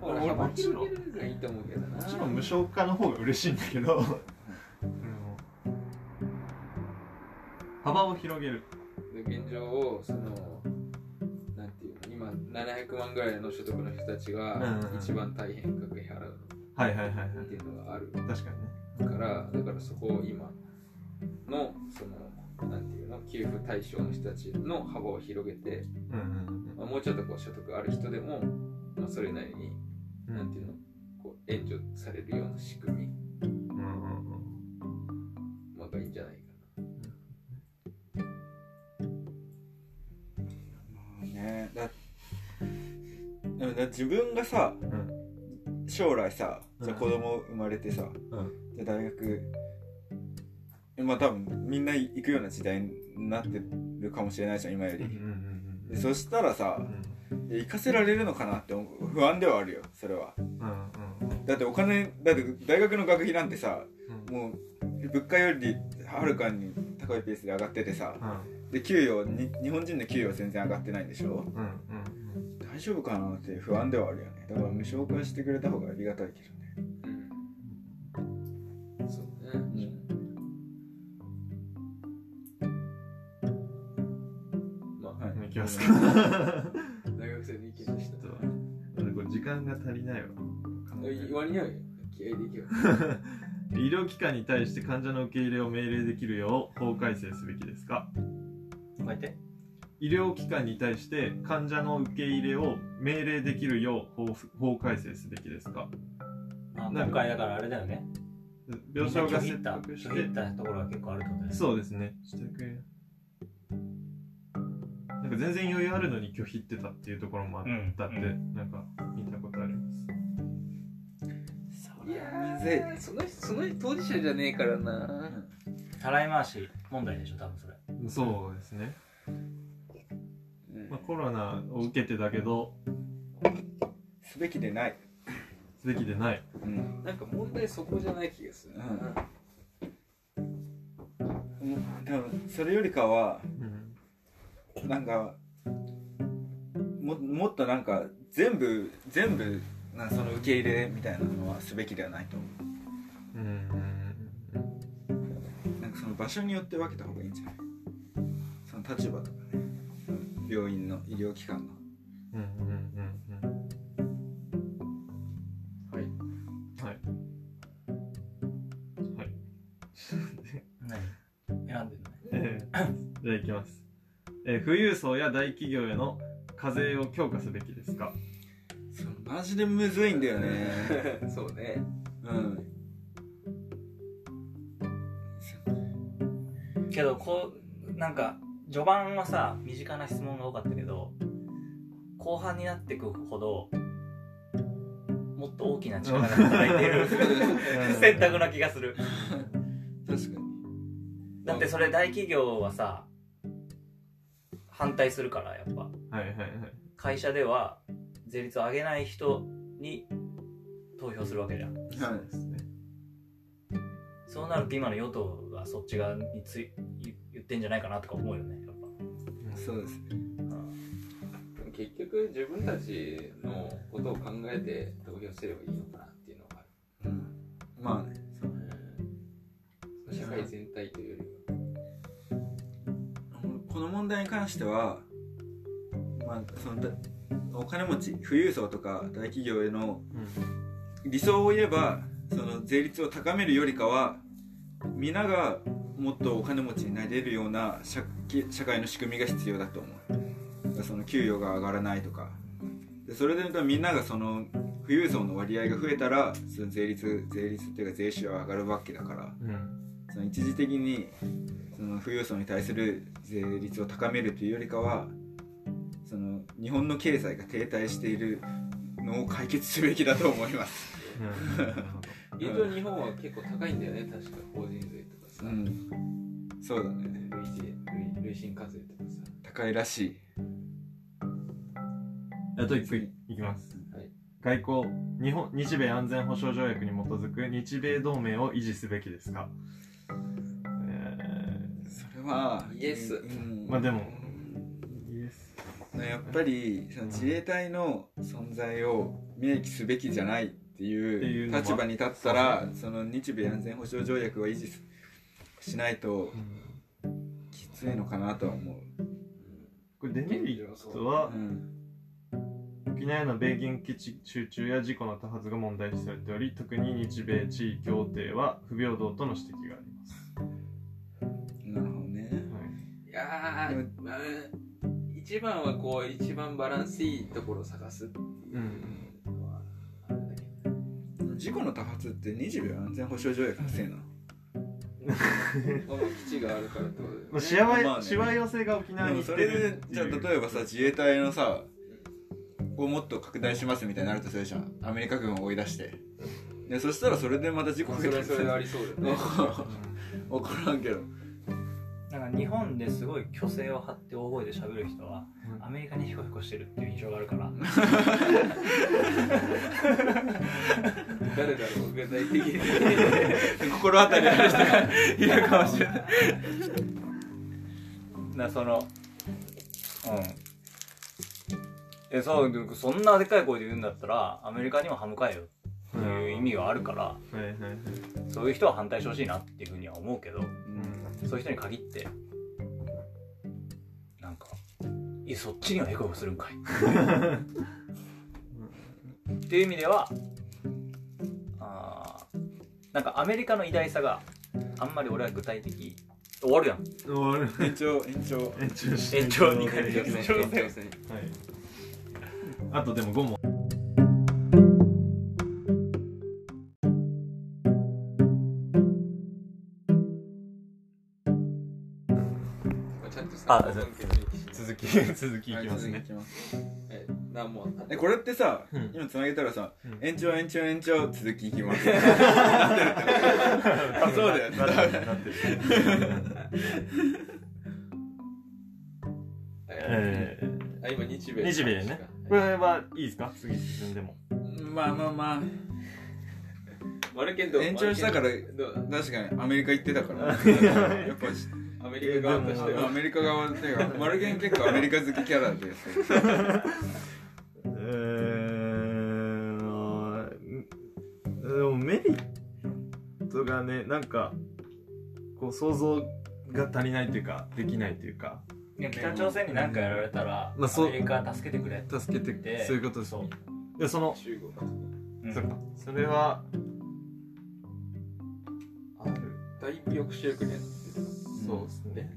S3: 俺
S2: 俺
S3: 幅
S2: もちろん
S3: 広げるぐらいいいと思うけどな
S2: もちろん無償化の方が嬉しいんだけど俺も幅を広げる
S3: で現状をそのなんていうの今700万ぐらいの所得の人たちが
S2: うん
S3: 一番大変かけ払う
S2: はいはいはいはい
S3: っていうのがある
S2: 確かにね
S3: からだからそこを今のそのなんていうの給付対象の人たちの幅を広げて、
S2: うんうん
S3: まあ、もうちょっとこう所得ある人でも、まあ、それなりに
S2: うん
S3: なんていうのこう援助されるような仕組み
S2: うんうんうん
S3: まあがいいんじゃないか
S1: まあねだでもだ自分がさ、将来さじゃあ
S2: うん
S1: 子供生まれてさ、
S2: ん
S1: じゃあ大学まあ多分みんな行くような時代になってるかもしれないじゃん今よ
S2: うんうん
S1: り、でそしたらさ
S2: うんうん
S1: いや行かせられるのかなって思う不安ではあるよそれは
S2: うんうん
S1: だってお金だって大学の学費なんてさ
S2: うん
S1: もう物価よりはるかに高いペースで上がっててさで給与に日本人の給与全然上がってないんでしょ
S2: うんうんうん
S1: 大丈夫かなって不安ではあるよねだから無償化してくれた方がありがたいけどね
S3: なうんそうね、まあ
S1: はい
S2: うんいきますか
S3: 大学生に意見でした
S2: ちょっと俺これ時間間が足りないわ考える
S3: 割には気合いでいけよ。
S2: 医療機関に対して患者の受け入れを命令できるよう法改正すべきですか
S4: もう一回言って
S2: 医療機関に対して患者の受け入れを命令できるよう法法改正すべきですかな
S4: あ
S2: んか
S4: 今回だからあれだよね
S2: 病床が
S4: み
S2: 切
S4: んな拒
S2: 迫
S4: 否
S2: し
S4: った拒否
S2: て
S4: ったところが結構あるってことね
S2: そうですねしてくれなんか全然余裕あるのに拒否ってたっていうところもあっ
S4: ん
S2: たって、
S4: うん
S2: なんか見たことあります
S3: いやー、その人、その人当事者じゃねえからな。
S4: たらい回し問題でしょ多分それ
S2: そうですね、
S3: うん
S2: まあ、コロナを受けてだけど
S1: すべきでない、
S2: すべきでない
S1: うん、
S3: なんか問題そこじゃない気がするな。
S1: もう多分それよりかは
S2: うん
S1: なんかももっとなんか全部全部なんかその受け入れみたいなのはすべきではないと思
S2: うんうん
S1: うなんかその場所によって分けた方がいいんじゃないその立場とかねうん病院の医療機関の
S2: うんうんうんうん
S3: はい。
S2: はいはい
S4: 何選んでるのね
S2: えーじゃあいきます、えー富裕層や大企業への課税を強化すべきですか
S1: そのマジでむずいんだ よね
S3: そうね。
S1: うん
S4: けどこうなんか序盤はさ身近な質問が多かったけど後半になってくほどもっと大きな力が働いている選択な気がする
S1: 確かに
S4: だってそれ大企業はさ反対するからやっぱ
S2: はいはいはい
S4: 会社では税率を上げない人に投票するわけじゃん
S1: はい
S2: そうですね
S4: そうなると今の与党がそっち側につい言言ってんじゃないかなとか思うよねやっぱ
S1: そうですね
S3: 結局、自分たちのことを考えて投票すればいいのかなっていうのがある。
S1: うんまあねそう
S3: うん社会全体というよりは。
S1: この問題に関しては、まあ、そのだお金持ち富裕層とか大企業への理想を言えばその税率を高めるよりかは皆がもっとお金持ちになれるような社社会の仕組みが必要だと思うだからその給与が上がらないとかでそれで言うとみんながその富裕層の割合が増えたらその税率税率っていうか税収は上がるわけだから
S2: うんうん
S1: その一時的にその富裕層に対する税率を高めるというよりかはその日本の経済が停滞しているのを解決すべきだと思います。
S2: うんなるほど
S3: 現状、日本は結構高いんだよね、確か。法人税とかさ。
S1: うん、そうだね
S3: 累税累累進課税とかさ。
S1: 高いらしい。
S2: あと一個いいきます、
S3: はい
S2: 外交日本日米安全保障条約に基づく日米同盟を維持すべきですか、え
S1: それは
S3: イエス
S1: うん
S2: ー、まあでも
S1: やっぱりその自衛隊の存在を明記すべきじゃないって
S2: ってい
S1: いうう
S2: のは
S1: 立場に立ったらその日米安全保障条約を維持すしないと
S2: うん
S1: きついのかなとは思う。
S2: これデメリットは
S1: うん
S2: 沖縄への米軍基地集中や事故の多発が問題視されており特に日米地位協定は不平等との指摘があります、
S1: なるほどね。
S2: はい
S3: いやー、まあ、一番はこう、一番バランスいいところを探すっていうのはあれだけど。
S1: 事故の多発って日米安全保障条約のせいなの
S3: まあまあ基地があるからってことだよね
S2: まあ、しわ
S1: まあね
S2: しわ寄せが沖縄
S1: で
S2: に
S1: も
S2: 来て
S1: それ
S2: る
S1: で
S2: っていう
S1: じゃあ例えばさ自衛隊のさをもっと拡大しますみたいになるとするじゃんアメリカ軍を追い出してでそしたらそれでまた事故
S3: まあ
S1: 増
S3: そ
S1: え
S3: れ
S1: た
S3: は
S1: り
S3: それでありそうだよ ね。
S1: 分からんけど
S4: なんか日本ですごい虚勢を張って大声で喋る人はアメリカにヒコヒコしてるっていう印象があるから
S3: 誰だろう、具体的 に。
S1: 心当たり ある人がいるかもしれない
S4: なそのうんえそうでもそんなでかい声で言うんだったらアメリカにも歯向かえよっていう意味があるから
S2: うんはいはいはい
S4: そういう人は反対してほしいなっていうふうには思うけど
S2: うん
S4: そういう人に限ってな んかいやそっちにはヘコヘコするんかいっっていう意味ではあーなんかアメリカの偉大さがあんまり俺は具体的終わるやん
S2: 終わる
S1: 延長延長
S2: 延長して
S4: 延長2回目
S3: 延長戦延長戦
S2: はいあとでも5問
S3: ちゃんとさ
S2: あじゃあ
S3: 本家の歴史
S2: 続き続きい
S1: はい
S2: きますね
S1: 続きいきます
S3: え何問あった
S1: えこれってさ、
S2: うん
S1: 今つなげたらさ、
S2: うん
S1: 延長延長延長続きいきます そうだよね
S2: なってるなってる えー
S3: あ今日米
S2: 日米ねこれはいいですか次進んでも
S1: まあまあまあ
S3: 悪けど
S1: 延長したから
S3: 悪けど
S1: 確かにアメリカ行ってたから やっぱし
S3: アメリカ側として
S1: ア
S3: は
S1: メリカ側っていうかマルゲン結構アメリカ好きキャラです
S2: えーんでもメリットがねなんかこう想像が足りないというかできないというか
S4: いや北朝鮮に何かやられたら、
S2: まあそう
S4: アメリカ助けてくれって
S2: 助けて
S4: で
S2: そういうことです
S4: そう
S2: いやその
S3: 中国
S4: うん
S2: そっかそれはある
S3: だいぶ抑止力ね
S2: そうですね、
S3: ね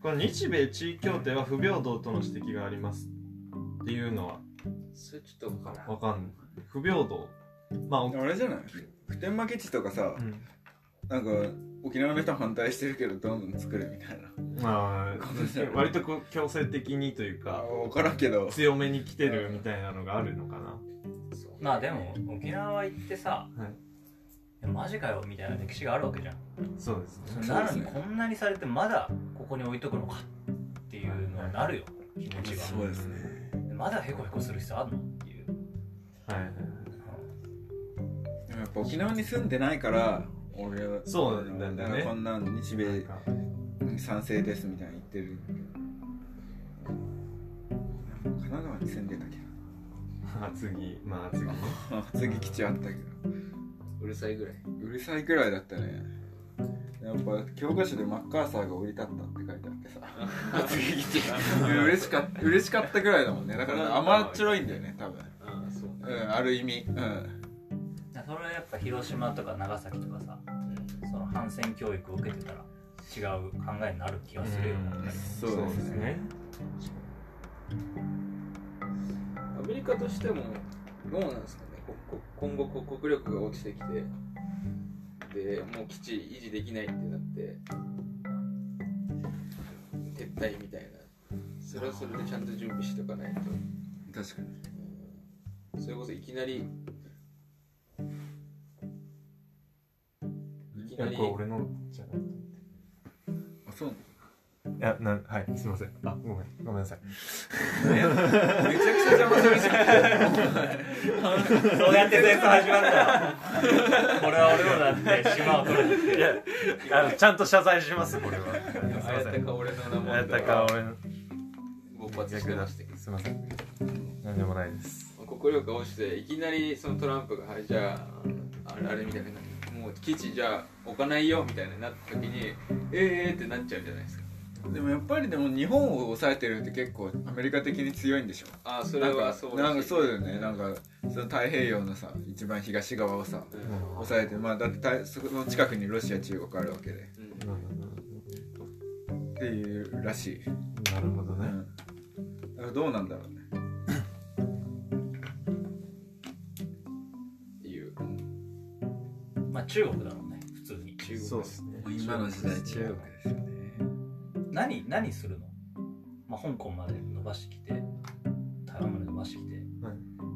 S2: この日米地位協定は不平等との指摘がありますっていうのは
S3: それちょっとわからん
S2: わかんない不平等まあ、
S1: あれじゃない普天間基地とかさ
S2: うん
S1: なんか沖縄の人は反対してるけどどんどん作るみたいな
S2: ま
S1: ごめんなさい
S2: あ割とこう強制的にというか
S1: 分からんけど
S2: 強めに来てるみたいなのがあるのかな
S4: まあでも沖縄行ってさ、
S2: はい
S4: いやマジかよみたいな歴史があるわけじゃん
S2: そうですね
S1: すね
S4: なのにこんなにされてまだここに置いとくのかっていうのになるよ気持ち
S1: そうですね
S4: がまだヘコヘコする必要あるのっていう
S2: はいはいはい
S1: でもやっぱ沖縄に住んでないから俺は
S2: そうなんだよね
S1: こんなん日
S2: なん
S1: 米
S2: か
S1: 賛成ですみたいな言ってる神奈川に住んでたけ
S2: まあ次まあ次
S1: ど次基地あったけど
S3: うるさいぐらいう
S1: るさいくらいだったねやっぱ教科書でマッカーサーが降り立ったって書いてあってさ
S3: 次来て
S1: 嬉しかった嬉しかったぐらいだもんねだから甘っちょろいんだよね多分
S3: ああそう
S1: うんある意味うん
S4: だからそれはやっぱ広島とか長崎とかさ、その反戦教育を受けてたら違う考えになる気がするよ、
S2: うん
S1: そうですね
S3: アメリカとしてもどうなんですかねここ今後こ国力が落ちてきてでもう基地維持できないってなって撤退みたいなそれはそれでちゃんと準備しておかないと
S1: 確かに
S3: それこそいきなりいき
S2: いや
S3: な
S2: こ
S3: り
S2: れ俺のじゃない
S1: あそう
S2: いやなはいすいませんあごめんごめんなさい
S1: なのめちゃくちゃ邪魔するじゃん
S4: そうやって戦争始まったのこれは俺のだって島を取る
S2: いやあのちゃんと謝罪しますこれはすいま
S3: あや
S2: せ
S3: た
S2: ん
S3: か俺の名
S2: あや
S3: 前
S2: たか俺の
S3: 勃発してましたけど
S2: すいません何でもないです
S3: 国力が落ちていきなりそのトランプが「はいじゃああれあれ」みたいなもう基地じゃあ置かないよみたいになった時にええー、ってなっちゃうじゃないですか
S1: でもやっぱりでも日本を抑えてるって結構アメリカ的に強いんでしょ
S3: ああそれはそう
S1: なん
S3: らしい
S1: かそうだよねなんかその太平洋のさ一番東側をさ
S3: うん
S1: 抑えてまあだってたそこの近くにロシア中国あるわけで
S3: うん
S1: っていうらしい、
S2: なるほど
S1: う
S2: ね
S1: ん、だからどうなんだろうね
S3: っていう
S4: まあ中国だろうね普通に
S3: 中国
S2: そうですね
S1: 今の時代中国ですよね
S4: 何何するの、まあ、香港まで伸ばしてきて台湾まで伸ばしてきて、
S2: はい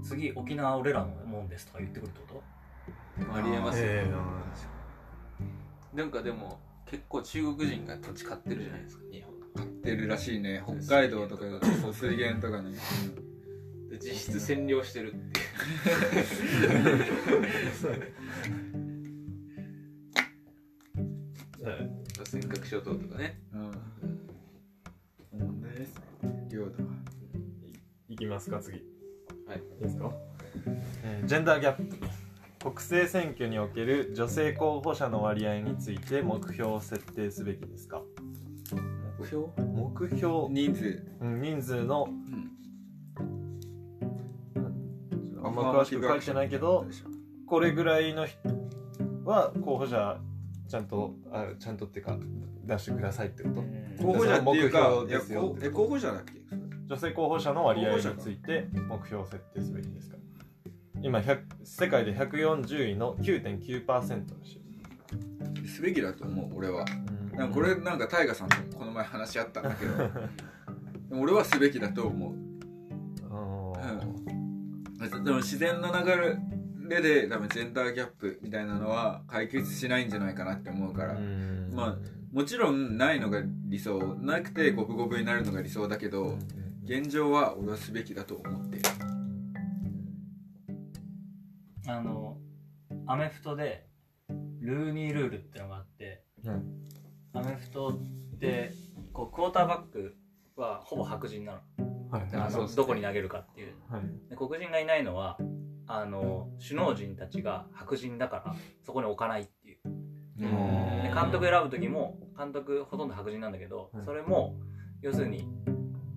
S4: 次沖縄俺らのもんですとか言ってくるってこ
S3: ありえますよ、
S2: ええ
S3: なんかでも結構中国人が土地買ってるじゃないですか日本
S1: 買ってるらしいね北海道とかそう水源とかね、
S3: で実質占領してるっていう尖閣諸島とかね
S1: うんうんです領土はい
S2: きますか次
S3: はい
S2: いですか、えージェンダーギャップ国政選挙における女性候補者の割合について目標を設定すべきですか
S3: 目標
S2: 目標
S1: 人数
S2: うん人数の、
S1: ん
S2: うんあんま詳しく書いてないけどこれぐらいの人は候補者ちゃんとあちゃんとっていうか出してくださいってこと
S1: 候補者っていうか
S2: 目標
S1: いや
S2: ですよ
S1: こうえ候補者だっけ
S2: 女性候補者の割合について目標を設定すべきですか今100世界で140位の9.9%らしいです
S1: すべきだと思う俺はなんかこれなんか大ガさんとこの前話し合ったんだけどでも俺はすべきだと思う
S2: うん
S1: でも自然の流れで多分ジェンダーギャップみたいなのは解決しないんじゃないかなって思うから、
S2: うん
S1: まあもちろんないのが理想なくて五分五分になるのが理想だけど、現状は俺はすべきだと思ってる
S4: あのアメフトでルーニールールってのがあって、
S2: う
S4: アメフトってこうクォーターバックはほぼ白人なの
S2: はいはい
S4: あのどこに投げるかっていう
S2: はい
S4: で黒人がいないのはあの首脳陣たちが白人だからそこに置かないっていう
S2: うん
S4: で監督選ぶ時も監督ほとんど白人なんだけど、
S2: はい
S4: それも要するに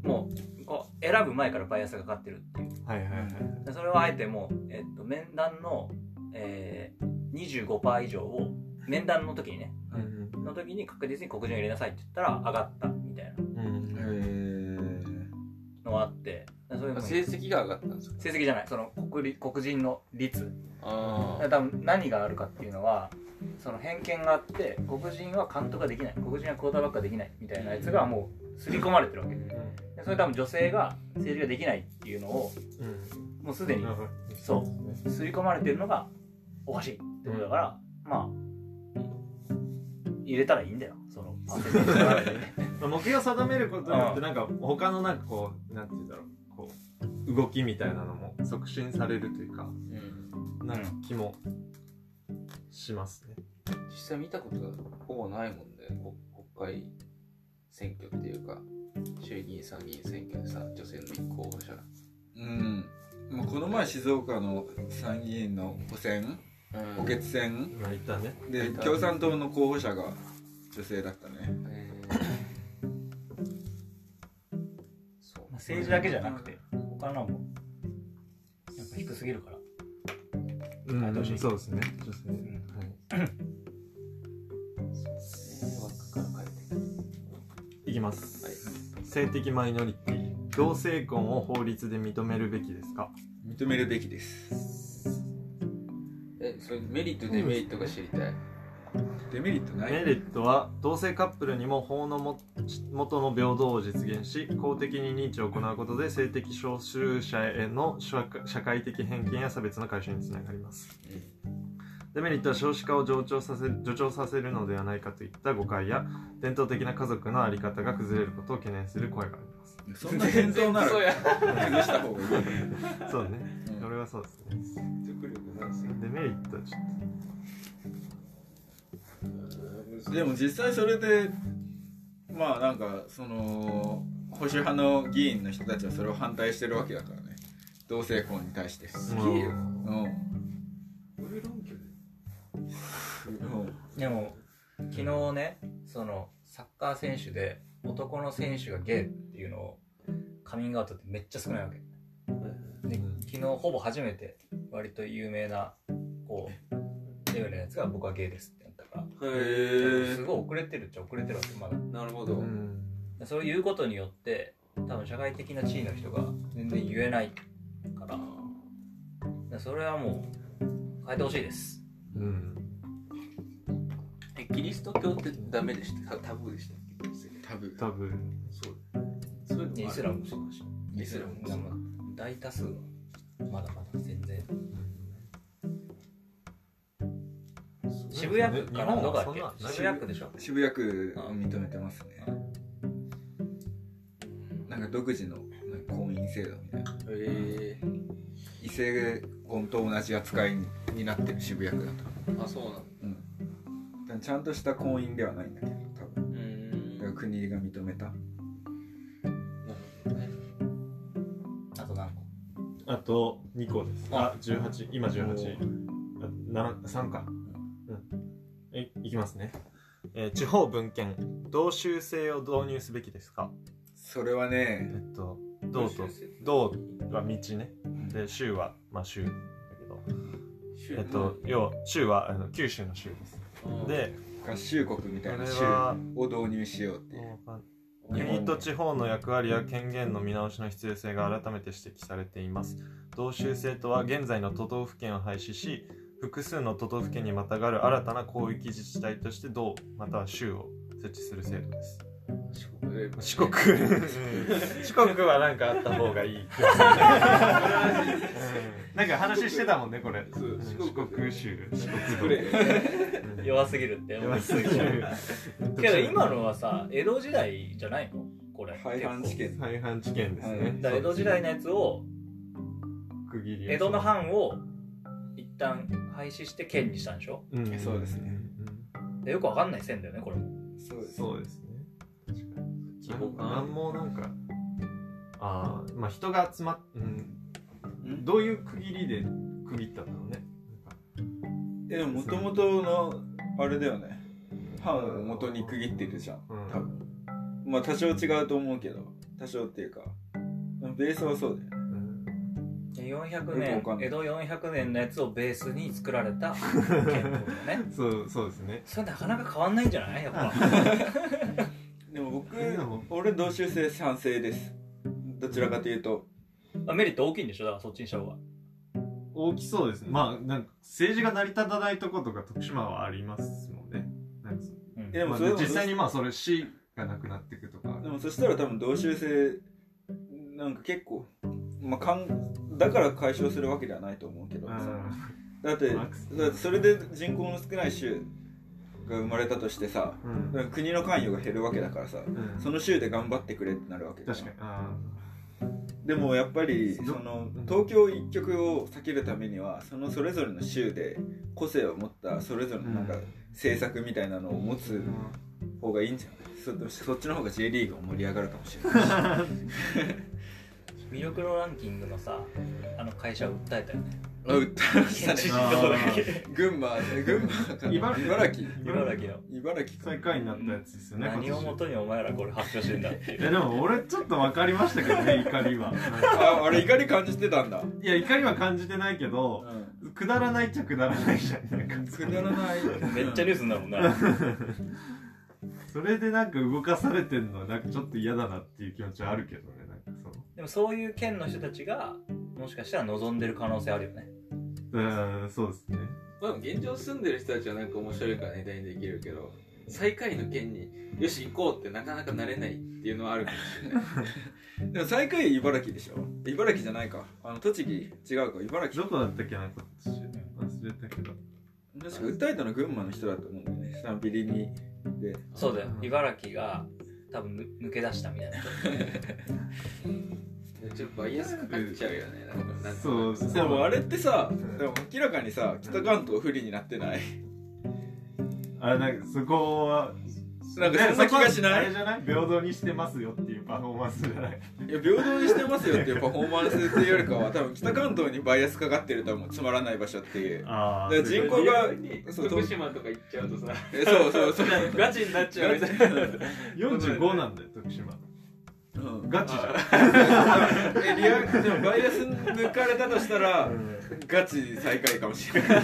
S4: もうこう選ぶ前からバイアスがかかってるっていう
S2: はいはいはい
S4: でそれはあえてもう、えっと、面談の、えー、25%以上を面談の時にね
S2: うん
S4: の時に確実に黒人を入れなさいって言ったら上がったみたいな
S2: うん
S1: へー
S4: のがあってでそういうのも
S3: 成績が上がったんですか
S4: 成績じゃないその黒り黒人の率
S3: あ
S4: だから多分何があるかっていうのはその偏見があって黒人は監督ができない黒人はクォーターバックができないみたいなやつがもう刷り込まれてるわけでそれ多分女性が政治ができないっていうのを
S2: うん
S4: もうすでに
S2: うん
S4: そう
S2: ですね
S4: 刷り込まれてるのがおかしいってことだから、まあ入れたらいいんだよそ のパーセンテージの中でね
S2: まあ目標を定めることによっ
S4: う
S2: てなんか他のなんかこうなんて言うんだろうこう動きみたいなのも促進されるというかなんか気もしますね。
S3: 実際見たことほぼないもんねこ国会選挙っていうか衆議院参議院選挙でさ女性の立候補者
S1: うんもうこの前静岡の参議院の補選補欠選
S2: まあ一旦ね。
S1: で共産党の候補者が女性だったね
S3: えそう
S4: まあ政治だけじゃなくて他のもやっぱ低すぎるから
S2: う
S4: はいどうしよう
S2: そうですね。女性。
S4: ん
S2: はい。
S3: 枠から変えていく
S2: いきます、性的マイノリティ同性婚を法律で認めるべきですか
S1: 認めるべきです
S3: えそれメリットデメリットが知りたい
S1: デメリットない
S2: メリットは同性カップルにも法のも元の平等を実現し公的に認知を行うことで性的少数者への社社会的偏見や差別の解消につながりますデメリットは少子化を助長させ助長させるのではないかといった誤解や伝統的な家族の在り方が崩れることを懸念する声があります
S1: そんな変動なら
S3: そうや
S1: 崩した方がいい
S2: そうね、俺はそうですね
S3: 説得力なんですよ
S2: デメリットはちょっ
S1: でも実際それでまあなんかその保守派の議員の人たちはそれを反対してるわけだからね同性婚に対して
S2: と
S3: すげえよ
S1: うん、
S3: 俺論拠で
S4: でも昨日ねそのサッカー選手で男の選手がゲイっていうのをカミングアウトってめっちゃ少ないわけで
S2: うん
S4: 昨日ほぼ初めて割と有名なこうレベルのやつが僕はゲイですってなったから
S3: へ
S4: すごい遅れてるっちゃ遅れてるわけまだ
S3: えなるほど、
S2: うん
S4: でそれを言うことによって多分社会的な地位の人が全然言えないからでそれはもう変えてほしいです
S2: うん
S3: えキリスト教ってダメでしたタタブーでしたっけ
S1: 多分
S2: 多分
S3: そうそういうのもあ
S4: で
S3: る
S4: イスラムもそうだし
S3: イスラムも
S4: でも大多数はまだまだ全然渋谷区からどこだっ
S2: 日本はそんな
S4: け渋谷区でしょ
S1: 渋谷区を認めてますね
S3: な
S1: なんん
S3: か
S1: か独自のなんか婚姻制度みたいな
S3: へえ
S1: 異性婚と同じ扱いにになってる渋谷区だと、
S3: あそうなんだ
S1: うん、ちゃんとした婚姻ではないんだけど多分
S3: う
S1: だ
S3: ん
S1: から国が認めた
S4: あと何個
S2: あと2個です。あ、18、今18。あな3か。うん。いいきますね。えー地方分権、同州制を導入すべきですか
S1: それは
S2: え
S1: ね
S2: っと、道と、道は道ね。で州はまあ州だけど、
S3: 州
S2: えっと、要は州はあの九州の州です
S3: うん
S2: で
S1: 合衆国み
S2: こ
S1: た
S2: れ
S1: いな州
S2: は
S1: を導入しようっていう
S2: もうわかん
S3: うん
S2: 国と地方の役割や権限の見直しの必要性が改めて指摘されています同州制とは現在の都道府県を廃止し複数の都道府県にまたがる新たな広域自治体として道または州を設置する制度です
S3: 四国で
S2: 四国四国はなんかあった方がいい気がするうんなんか話してたもんねこれ
S3: そう
S2: うん
S3: 四
S2: 四
S3: 国
S2: 国州四
S3: 作
S2: 国
S3: れ
S2: 道
S4: 弱すぎるって
S2: 弱すぎる
S4: けど今のはさ江戸時代じゃないのこれ
S1: 廃藩置県
S2: 大半事件ですね、
S1: はい
S4: だから江戸時代のやつを
S2: 区切りを
S4: 江戸の藩を一旦廃止して県にしたんでしょ
S2: うん
S1: そうですね
S4: でよくわかんない線だよねこれも
S1: そうです
S2: そうですね
S3: 規模
S2: な
S3: 感
S2: んもなんかああまあ人が集まっ、うん、
S1: ん
S2: どういう区切りで区切ったんだろうね
S1: えでももともとのあれだよね藩を元に区切ってるじゃん
S2: うん
S1: 多分まあ多少違うと思うけど多少っていうかベースはそうだよね
S4: で400
S1: よくわかんな
S4: 年
S1: い
S4: 江戸400年のやつをベースに作られた県ってことだね
S2: そうそうですね
S4: それなかなか変わんないんじゃないやっぱ
S1: でも僕
S2: でも
S1: 俺同州制賛成ですどちらかというと
S4: あメリット大きいんでしょだからそっちにした方が
S2: 大きそうですねまあなんか政治が成り立たないとことか徳島はありますもんねなんか
S4: うん
S1: えでも
S2: まあ
S1: それでも
S2: 実際にまあそれ市がなくなっていくとか
S1: でもそしたら多分同州制なんか結構、まあ、かんだから解消するわけではないと思うけど、
S2: うん
S1: だって
S2: マックス
S1: だってそれで人口の少ない州が生まれたとしてさ
S2: うん
S1: だから国の関与が減るわけだからさ
S2: うん
S1: その州で頑張ってくれってなるわけじゃん
S2: 確かにあ
S1: でもやっぱりそ
S2: ど
S1: の
S2: うん
S1: 東京一極を避けるためにはそのそれぞれの州で個性を持ったそれぞれのなんか
S2: うん
S1: 政策みたいなのを持
S2: あ
S1: つ方がいいんじゃないそそっちの方が J リーグも盛り上がるかもしれ ない
S4: 魅力のランキングのさあの会社を訴えたよね
S1: あ訴えました
S4: 県知事
S1: ね
S4: の方だけ
S1: 群馬群馬かな
S2: 茨城
S1: 茨城
S4: 茨城の
S1: 茨城か
S2: 最下位になったやつですよね
S4: 何
S2: 今
S4: を
S2: 年
S4: もとにお前らこれ発表してんだってい
S2: いや
S4: う
S2: でも俺ちょっと分かりましたけどね怒りはなんか
S1: ああれ怒り感じてたんだ、
S2: いや怒りは感じてないけどくだらないっちゃくだらないじゃんなんか
S1: くだらない
S4: めっちゃニュースになるもんな
S2: それでなんか動かされてんのはなんかちょっと嫌だなっていう気持ちはあるけどねなんかその
S4: でもそういう県の人たちがもしかしたら望んでる可能性あるよね
S2: うんそうですね
S3: まあ現状住んでる人たちはなんか面白いからネタにできるけど最下位の県によし行こうってなかなかなれないっていうのはあるかもしれない
S1: でも最下位茨城でしょ茨城じゃないかあの栃木違うか茨城
S2: どこだったっけなこっち忘れたけど
S1: 確か訴えたの群馬の人だと思うんだよねスタンピリにで
S4: そうだよ
S2: うん
S4: 茨城が多分ぬ抜け出したみたいな
S3: ちょっとバイアスかかっちゃうよねなんかなんか
S2: そうそう
S1: でもあれってさ、
S2: ん
S1: でも明らかにさ北関東不利になってない、
S2: あれなんかそこは
S1: なんかそんな気がしない
S2: あれじゃない平等にしてますよっていうパフォーマンスじゃない
S1: いや平等にしてますよっていうパフォーマンスっていうよりかは多分北関東にバイアスかかってると思うつまらない場所っていう
S2: あ
S1: ーだから人口がそう
S3: 徳島とか行っちゃうとさ
S1: えそうそう そう、
S3: ガチになっちゃうみたいな
S2: 45なんだよ徳島
S1: うん、
S2: ガチじゃん
S1: えリアでもバイアス抜かれたとしたらガチ最下位かもしれない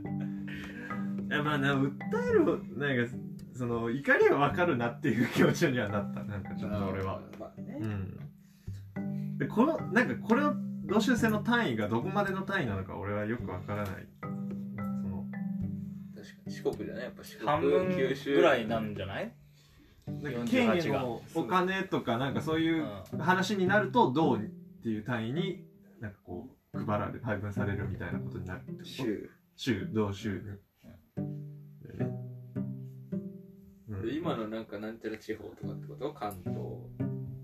S2: いやまあな訴えるなんかその怒りは分かるなっていう気持ちにはなったなんかちょっと俺は
S3: まあ
S2: う
S3: ね
S2: んでこのなんかこれを同州制の単位がどこまでの単位なのか俺はよく分からないその
S3: 確かに四国じゃないやっぱ四国
S4: 半分
S3: 九州
S4: ぐらいなんじゃない、
S2: なんか県
S4: 48
S2: へのお金とかなんかそう
S4: う
S2: い
S4: ん
S2: う、話になるとどうっていう単位になんかこう配られ配分されるみたいなことになるってこと
S1: 州
S2: 州同州に、だよねうん
S3: 今のなんかなんちゃら地方とかってこと関東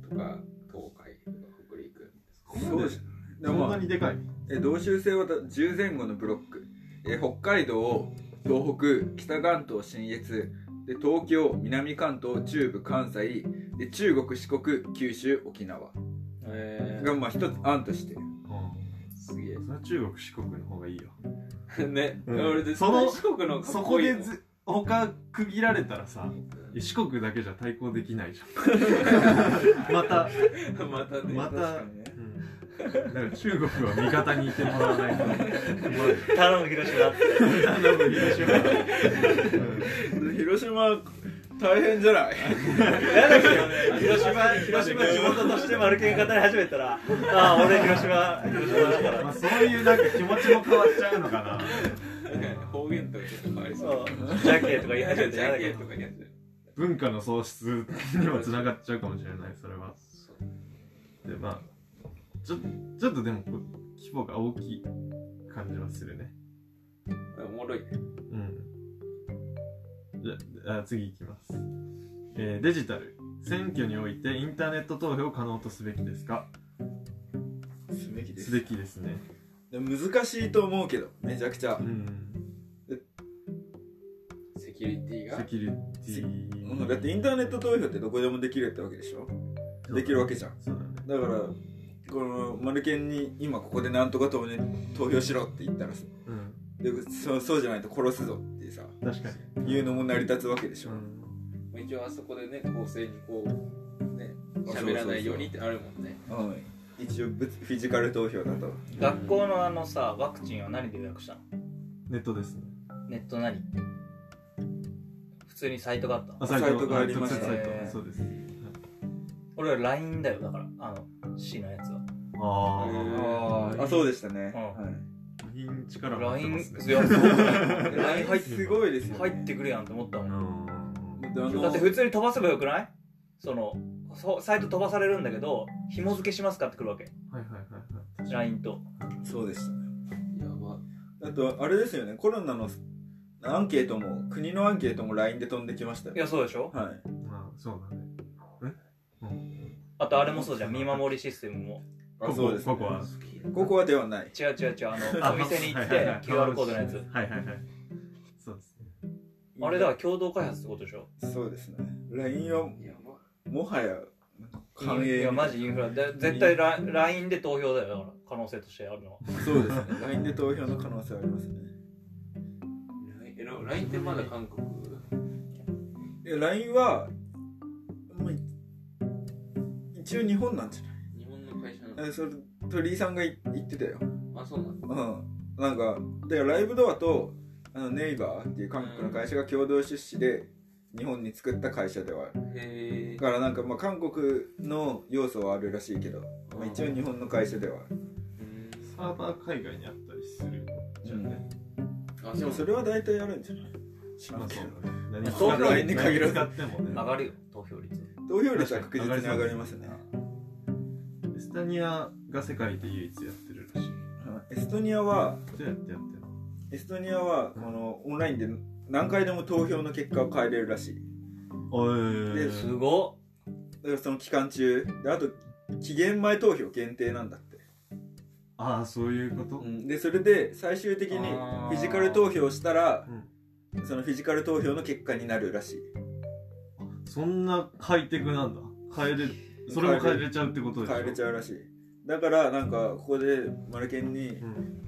S3: とか東海とか北陸
S1: そうですで
S2: そ
S1: も
S2: ん
S1: ま
S2: な
S1: あ
S2: にでかい
S1: え同州制は10前後のブロックえ北海道東北北関東信越で東京南関東中部関西で中国四国九州沖縄
S3: え
S1: がまあ一つ案として
S3: す
S2: そ
S3: げ
S2: れは中国四国の方がいいよ
S3: えね、
S2: うん
S3: 俺で
S2: その
S3: 四国のか
S2: そ
S3: っ
S2: こ
S3: こいい
S2: で
S3: もん
S2: ず他区切られたらさ四国だ けじゃ対抗できないじゃんまた
S3: またね
S2: また
S1: 確かにね
S2: うんから中国は味方にいてもらわない と。
S4: 頼む広島って
S3: 広島大変じゃない
S4: 嫌ですよね広島広島地元として丸剣語り始めたらああ俺広島広島だから
S2: まあ、そういうなんか気持ちも変わっちゃうのかな。
S3: 方言とかちょっと変わりそう
S4: そうジャケとか言い始めて
S3: ジ
S4: 嫌
S3: ャ
S4: だ
S3: ケ
S4: け
S3: と
S4: ど
S3: か言って
S2: 文化の喪失には繋がっちゃうかもしれない、それは。で、まあ、ちょちょっとでも、こう規模が大きい感じはするね。
S3: おもろい
S2: うん。じゃあ、次いきます。えーデジタル。選挙においてインターネット投票を可能とすべきですか
S1: すべきですす
S2: べきですね。
S1: でも難しいと思うけどめちゃくちゃ
S2: うん。
S3: セキュリティ
S2: セ
S3: が
S2: キュリテ
S1: うん
S2: ィ。
S1: だってインターネット投票ってどこでもできるってわけでしょできるわけじゃん
S2: そうだね。
S1: だからこのマルケンに今ここでなんとか投,、投票しろって言ったらさ
S2: うん。
S1: でそうそうじゃないと殺すぞってさ
S2: 確かに。
S1: いうのも成り立つわけでしょ、
S2: うん
S3: 一応あそこでね構成にこうね喋らないようにってあるもんね
S1: うん一応ぶフィジカル投票だと
S4: 学校のあのさワクチンは何で予約したの
S2: ネットですね。
S4: ネット何普通にサイトがあったの
S2: あ
S1: サイトがありました
S2: 特設サイ
S4: ね
S2: トそうです。はい
S4: 俺は LINE だよだからあの C のやつは
S2: あ
S1: ああそうでしたね、
S4: うん
S1: はい
S2: あ、ライン力持ってま
S4: LINE
S2: す
S4: い
S2: ね。
S4: やす ごいね LINE 入っ
S1: すごいですよ、ね、
S4: 入ってくるやんと思ったもん
S1: だ
S4: だって普通に飛ばせばよくないそのそサイト飛ばされるんだけど紐付けしますかってくるわけ
S2: はいはいはいはい。
S4: LINE と
S1: そうでしたね
S3: やば
S1: あとあれですよねコロナのアンケートも国のアンケートも LINE で飛んできましたよ
S4: いやそうでしょ
S1: はい
S2: まあそうだね。
S4: あとあれもそうじゃん見守りシステムも
S1: あそうです
S2: ここは。
S1: ここはではない
S4: 違う違う違うあのお店に行って QR コードのやつ
S2: はいはいはい。そうですね。
S4: あれだから共同開発ってことでしょ
S1: そうですね LINE は
S3: やば
S1: もはや
S4: いやマジインフラで絶対ラ LINE で投票だよだから可能性としてあるのは
S1: そうですね LINE で投票の可能性ありますね
S3: えら LINE ってまだ韓国
S1: え LINE は、まあ、一応日本なんじゃ
S3: 日本の会社な
S1: ないえそれ鳥居さんがい言ってたよ
S3: のあそうなんだ
S1: うんなんかだからライブドアとあのネイバーっていう韓国の会社が共同出資で日本に作った会社ではある
S3: へえ
S1: だからなんかまあ韓国の要素はあるらしいけど、まあ、一応日本の会社ではある
S2: サーバー海外にあったりするじゃんね。
S3: あ
S1: で
S3: そう
S1: も
S3: そ
S1: そ
S3: れ
S1: れは大体あるんじゃない知ら
S2: ま
S1: ん
S2: あ
S1: け
S2: そ
S1: ど
S2: うだね。何
S4: そ
S2: 使っ
S4: う
S2: て
S1: ラインに限らず
S2: 何使ってもね
S4: 上。がるよ投票率
S1: 投票率は確実に上がりますね
S2: エストニアが世界で唯一やってるらしい。
S1: エストニアは
S2: じゃあやってやってる。
S1: エストニアはこのオンラインで何回でも投票の結果を変えれるらしい
S2: おー
S1: です
S4: ご
S1: だからその期間中であと期限前投票限定なんだって、
S2: ああ、そういうこと
S1: でそれで最終的にフ
S4: あー
S1: ィジカル投票したら、そのフィジカル投票の結果になるらしい
S2: そんなハイテクなんだ。変えれ、それも変えれちゃうってことでしょ
S1: 変えれちゃうらしいだからなんかここでマルケンに
S2: うん。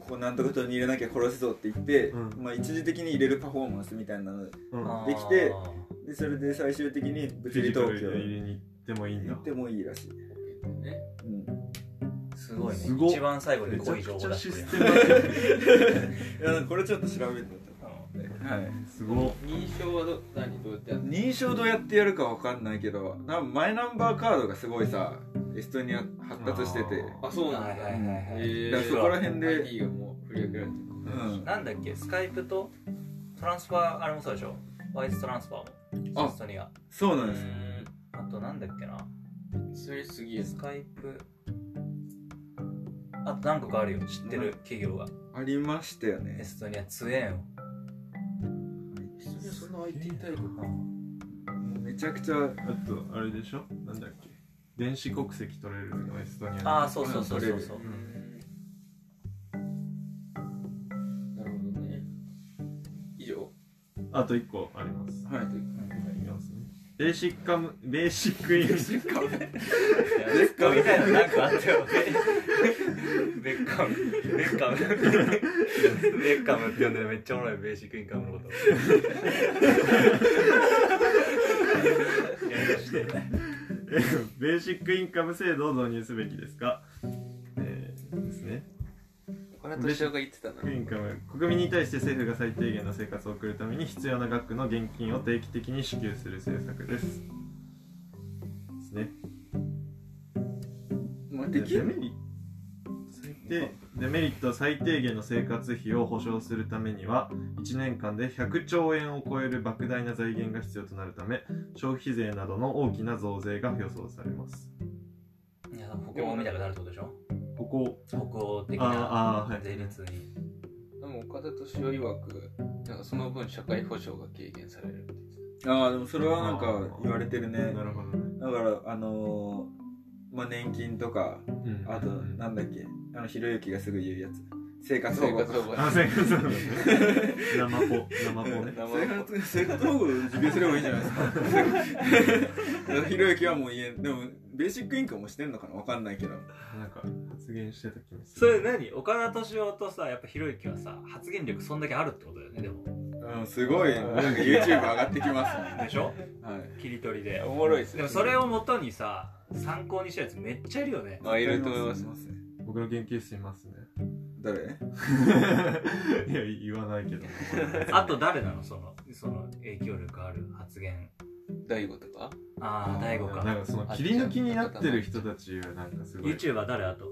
S1: ここなんとかとに入れなきゃ殺すぞって言って、
S2: うん
S1: まあ、一時的に入れるパフォーマンスみたいなので
S2: うん。
S1: で
S4: い
S1: きてでそれで最終的に物理投票
S2: フィジカルで入れに行ってもいいん
S1: 行
S2: だ
S1: ってもいいらしい、
S3: ね
S1: うん
S4: すごいね
S2: すごっ
S4: 一番最後に
S2: めち
S4: 濃
S2: ゃ
S4: い情
S2: く
S4: 報
S2: ちゃ
S4: 出して
S2: シ
S4: くれ
S2: ステ
S4: る
S2: ムだけ ど
S1: いやこれちょっと調べて
S4: うん
S1: たはい
S2: すごっ
S3: 認証はど何どうやってやる
S1: 認証どうやってやるかわかんないけど多分マイナンバーカードがすごいさエストニア発達してて
S2: あ
S3: あそうなん
S4: はい
S3: だ
S4: はいはいはい
S3: へえ
S1: だからそこら辺で
S3: ID がもう振り分けられてる
S1: うん
S4: なんだっけスカイプとトランスファーあれもそうでしょワイズトランスファーも
S1: あ
S4: エストニア
S1: そう
S3: う
S1: なんです
S3: ー
S4: あとなんだっけなん
S3: それすげえ
S4: スカイプあと何個かあるよ知ってる企業が
S1: ありましたよ
S4: エ
S1: ね
S4: ストニア強えんよ
S3: そんな IT 大国
S1: めちゃくちゃ
S2: あとあれでしょなんだっけ電子国籍取れるのがエストニア
S4: ああそうそうそうそうそう
S3: なるほどね以上
S2: あと1個あります
S1: はい
S2: いきますねベーシックカムベーシックインベーシック
S4: ベッカムみたいなのなんかあったよベッカムベッカムベッカムって呼んでるめっちゃおもろいベーシックインカムのこと
S2: ベーシックインカム制度を導入すべきですか
S3: れは敏夫が言ってたな。
S2: クイーン君は国民に対して政府が最低限の生活を送るために必要な額の現金を定期的に支給する政策です。ですね。
S1: まあ、
S2: で
S1: でき
S2: デ
S1: る
S2: メリ最低デメリット最低限の生活費を保障するためには1年間で100兆円を超える莫大な財源が必要となるため消費税などの大きな増税が予想されます
S4: いや北欧みたいになるってことでしょ
S2: ここ
S4: 北欧的
S2: あーあ
S4: な
S2: ーはい
S4: 税率に、
S3: でも岡田敏夫曰く、なんかその分社会保障が軽減されるって言って
S1: ああでもそれはなんか言われてるね
S2: なるほどね、
S1: だからあのーまあ年金とか
S2: うん
S1: あとなんだっけあのひろゆきがすぐ言うやつ生活
S3: た。
S1: 保
S3: 生
S1: 護
S3: 活保護。
S2: あ生活保護ね生ポ生ポね
S1: 生活生活保護を受給すればいいじゃないですかだからひろゆきはもう家でもベーシックインカムもしてんのかなわかんないけど
S2: なんか発言してた気がす
S4: そ
S2: る
S4: れ何岡田敏夫とさやっぱひろゆきはさ発言力そんだけあるってことだよねでも
S1: うんすごいなんか YouTube 上がってきますもんね
S4: でしょ
S1: はい
S4: 切り取りで
S3: おもろいっす
S4: でもそれをもとにさ参考にしたやつめっちゃいるよね
S3: あ、いると思います。
S2: 僕の研究室いますね
S1: 誰
S2: いや言わないけど
S4: あと誰なのそのその影響力ある発言
S3: 大悟とか
S4: ああ大悟
S2: な
S4: か
S2: んかその切り抜きになってる人たちはなんかすごい
S4: YouTuber 誰あと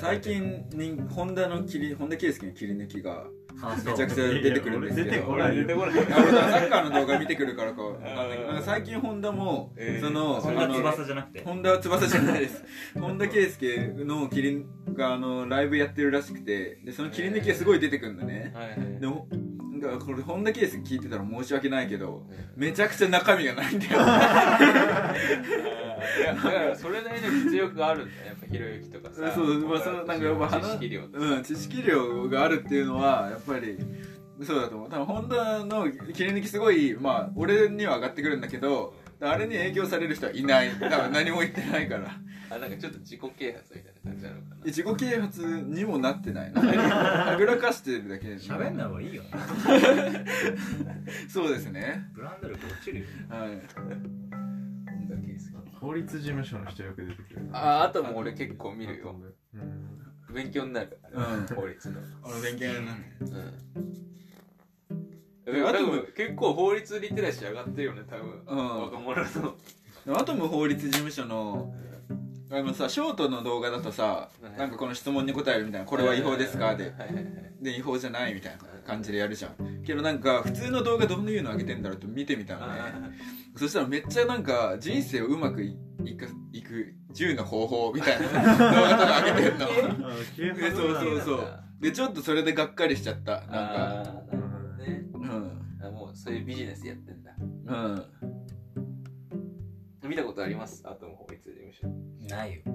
S1: 最近にホンダの切りホンダ圭佑の切り抜きが
S4: あそう
S1: めちゃくちゃ出てくるんですけど
S2: いやいや俺出てこないよ
S1: こないあ俺サッカーの動画見てくるからかわかんないけどなんか最近ホンダも、
S3: えー
S1: その
S4: そんな
S1: あの
S4: 翼じゃなくて
S1: 本田翼じゃないです本田圭佑の切りがあのライブやってるらしくてでその切り抜きがすごい出てくるんだね、
S3: はいはい。
S1: でもだからこれ本田圭佑聞いてたら申し訳ないけどめちゃくちゃ中身がないんだよ
S3: いや、だからそれなりの実力があるんだね。やっぱひろゆきとかさ。
S1: そうまあそのなんかやっぱ
S3: 知
S1: 話
S3: 識量とか
S1: うん知識量があるっていうのはやっぱりそうだと思う多分本田の切り抜きすごいまあ俺には上がってくるんだけどあれに影響される人はいない多分何も言ってないから
S3: あなんかちょっと自己啓発みたいな感じなのかな。
S1: 自己啓発にもなってないはぐらかしてるだけです
S4: 喋んない方がいいよ
S1: そうですね
S4: ブランド力落ちるよ
S1: はい
S2: 法律事務所の人よく出てくるな
S3: ああとも俺結構見るよ。
S2: うん
S3: 勉強になる。
S1: うん
S3: 法律の。
S1: あの勉強になる
S3: うん。でも多分結構法律リテラシー上がってるよね、多分。若
S1: う
S3: 者の。
S1: んアトム法律事務所のあのさショートの動画だとさ
S3: はい
S1: なんかこの質問に答えるみたいな「これは違法ですか?」で
S3: はいはいはい。
S1: で違法じゃないみたいな感じでやるじゃんけどなんか普通の動画どういうの上げてんだろうと見てみたの ね
S3: あ
S1: そしたらめっちゃなんか人生をうまくいいくいく10の方法みたいな動画とか上げてんの
S2: あ消え
S1: えそうそうそ
S3: ー
S1: うでちょっとそれでがっかりしちゃったなんか
S3: あー、なるほどね。
S1: うん
S3: あもうそういうビジネスやってんだ。
S1: うん
S3: 見たことありますあとも法律事務所。
S4: ないよ
S3: あ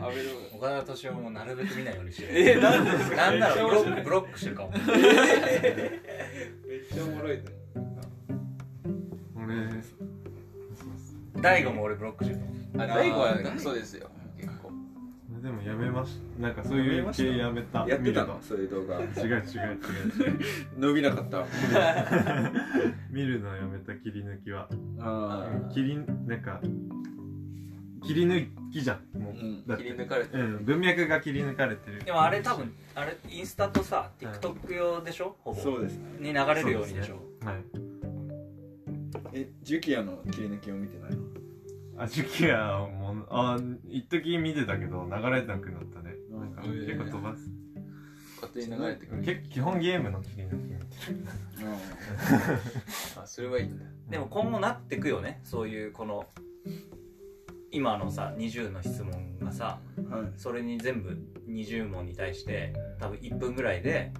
S3: あ、安倍どう
S4: 岡田敏夫もなるべく見ないようにしてる
S3: え、なんですか
S4: なんならブロッ
S3: め
S4: ク
S3: っ
S4: ブロックしてるかも
S3: ちゃおもろいと思う。
S2: 俺
S4: 大悟も俺ブロックしてると思う
S3: あ、大悟はなんかそうですよ。結構。
S2: でもやめましたなんかそういう系やめた
S1: やってた
S2: 見
S1: の
S2: る
S1: そういう動画
S2: の違う違う違う違う
S1: 伸びなかった
S2: 見るのやめた切り抜きは
S1: あ
S2: 切りなんか切り抜きじゃんもう、
S1: うん
S2: だっ
S3: 切り
S2: て
S3: 抜かれて
S2: う
S3: る。
S2: ん文脈が切り抜かれてる
S4: でもあれ多分あれインスタとさ TikTok 用でしょほ
S1: あ
S4: ぼ
S1: そうですね
S4: に流れるようにでし
S2: そ
S4: ょ
S2: はい
S1: えジュキヤの切り抜きを見てないの
S2: あジュキアもあ一時見てたけど流れなくなったねなんか結構飛ばす
S3: 勝手に流れてくる。
S2: 結基本ゲームの切り抜きみたい
S3: あ、それはいいんだ。
S4: でも今後なってくよねそういうこの今のさ20の質問がさ
S1: はい
S4: それに全部20問に対して多分1分ぐらいで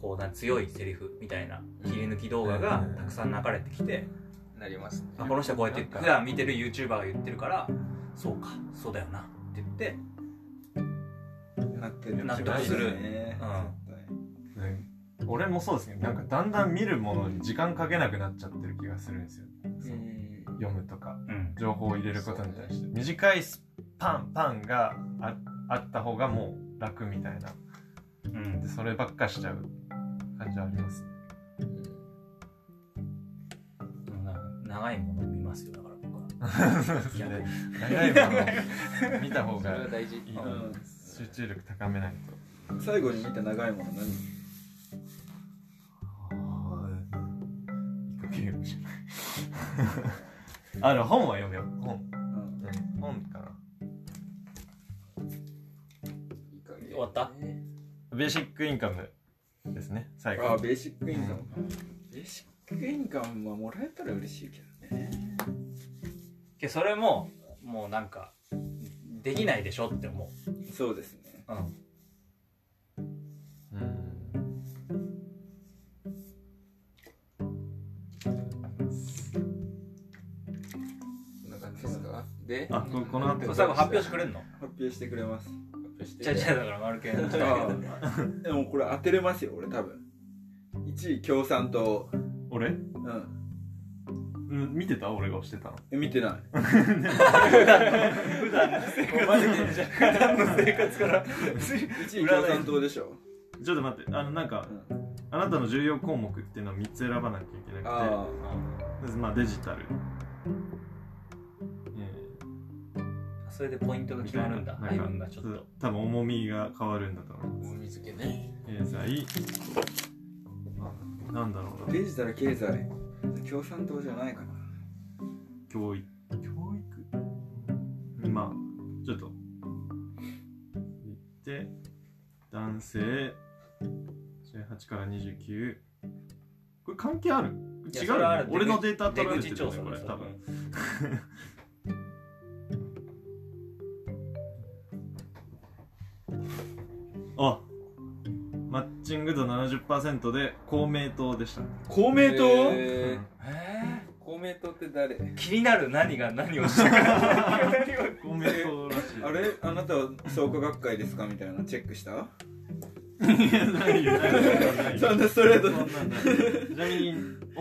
S4: こうな強いセリフみたいな切り抜き動画がたくさん流れてきて、
S3: なりますね。
S4: あこの人はこうやって普段見てる YouTuber が言ってるからそうかそうだよなって言って、
S1: なってる
S4: 納得する
S1: 絶対ね
S2: な、ね俺もそうですねなんかだんだん見るものに時間かけなくなっちゃってる気がするんですよ
S3: うん。
S2: 読むとか
S4: うん、
S2: 情報を入れることに対して、短いスパンパンがああった方がもう楽みたいなでそればっかしちゃう感じありますね
S4: 長いもの見ますよだから僕は
S2: そう
S4: 逆
S2: ね
S4: に
S2: 長いものを見た方
S3: それ
S2: が
S3: は大事。
S2: いいのに集中力高めないと
S1: 最後に見た長いもの何
S6: イカゲーム じゃないあでも本は読めよ本、うん、本かな
S4: 終わった
S6: ベーシックインカムですね最
S1: あ
S6: 後
S1: あベーシックインカムか、ベーシックインカムはもらえたら嬉しいけどね
S4: けどそれももうなんかできないでしょって思
S1: そうですね
S4: う、
S6: う
S4: うん、
S6: ん
S3: そんな感じですかで
S2: あここの後
S4: これ最後発表してくれんの
S1: 発表してくれます
S3: 発表して
S4: じゃあじゃあだから丸健
S1: ああ でもこれ当てれますよ俺多分1位共産党
S2: 俺、
S1: うん
S2: うん、見てた俺が押してたの
S1: え見てない
S4: 普段の生活普段の生活から
S1: 1位共産党でしょ、
S2: ちょっと待ってあのなんか
S1: うん、
S2: あなたの重要項目っていうのを3つ選ばなきゃいけなくて
S1: あ
S2: まずまあデジタル、
S4: それでポイントが決まるんだ
S2: なんか
S4: 配分がちょっと
S2: 多分重みが変わるんだと思う
S3: もみ付けね
S2: 経済あなんだろう
S1: あ
S2: な
S1: デジタル経済共産党じゃないかな
S2: 教育教育まあちょっと言って男性18から29これ関係ある
S4: いや
S2: 違うよ
S4: それ
S2: ね
S4: はある
S2: 俺のデータ
S4: 出
S2: 取られて
S4: 口
S2: るよね
S4: 調査
S2: こ
S4: で
S2: れ
S4: す
S2: 多分あマッチング度70%で公明党でした
S1: 公明党、
S3: え
S4: え
S3: ー、公明党って誰
S4: ー気になる何が何をしたか何を
S2: 公明党らしい
S1: あれあなたは創価学会ですかみたいなチェックした
S2: いやないよないよない よ
S1: そんなストレー
S2: そ
S1: ト
S2: ん
S1: で
S2: なんないちなみ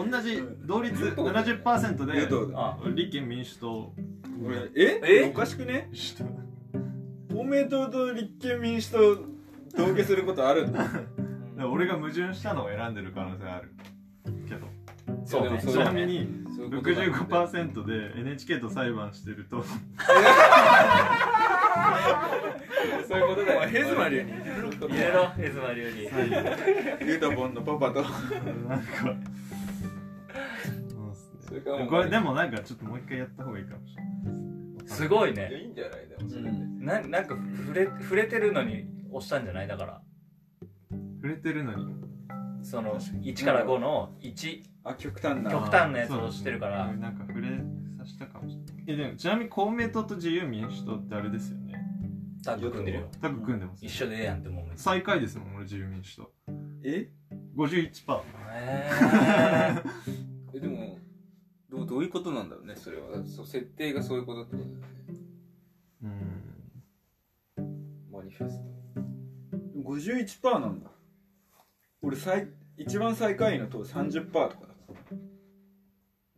S2: に同じ同率70%
S1: 与
S2: で
S1: 党だ
S4: あ
S2: 立憲民主党
S1: 俺え
S4: え
S1: おかしくね公明党と立憲民主党同居することあるんだ
S2: だから俺が矛盾したのを選んでる可能性あるけど
S4: そうね
S3: いやでも
S2: ち
S3: そ
S2: な
S3: うだ
S2: み
S3: ね
S2: に
S3: そういうことなんだ
S2: 65%で NHK と裁判してると
S3: そういうことだよ
S1: ヘズマリュに
S4: 入れろヘズマ流に
S2: なんか
S1: ユタボンのパパと
S2: そうっすね
S3: それかもう
S2: これでもなんかちょっともう一回やった方がいいかもしれない
S4: すごい
S3: いや
S4: ね
S3: いいんじゃないでもそれで、
S4: ななんか触れ触れてるのに押したんじゃないだから
S2: 触れてるのに
S4: その1から5の1
S1: あ極端な
S4: 極端なやつを押してるから
S2: そうなんか触れさせたかもしれないえでもちなみに公明党と自由民主党ってあれですよね
S4: タッグ組んでるよ
S2: タッグ組んでます、ね
S4: 一緒でええやんって思うもん
S2: 最下位ですもん俺自由民主党
S1: え
S2: 51%
S4: へー
S3: えでもどうどういうことなんだろうねそれはだってそう設定がそういうことってことだよね
S2: うん
S3: マニフェスト
S1: 51%なんだ俺最一番最下位の党30%とかだ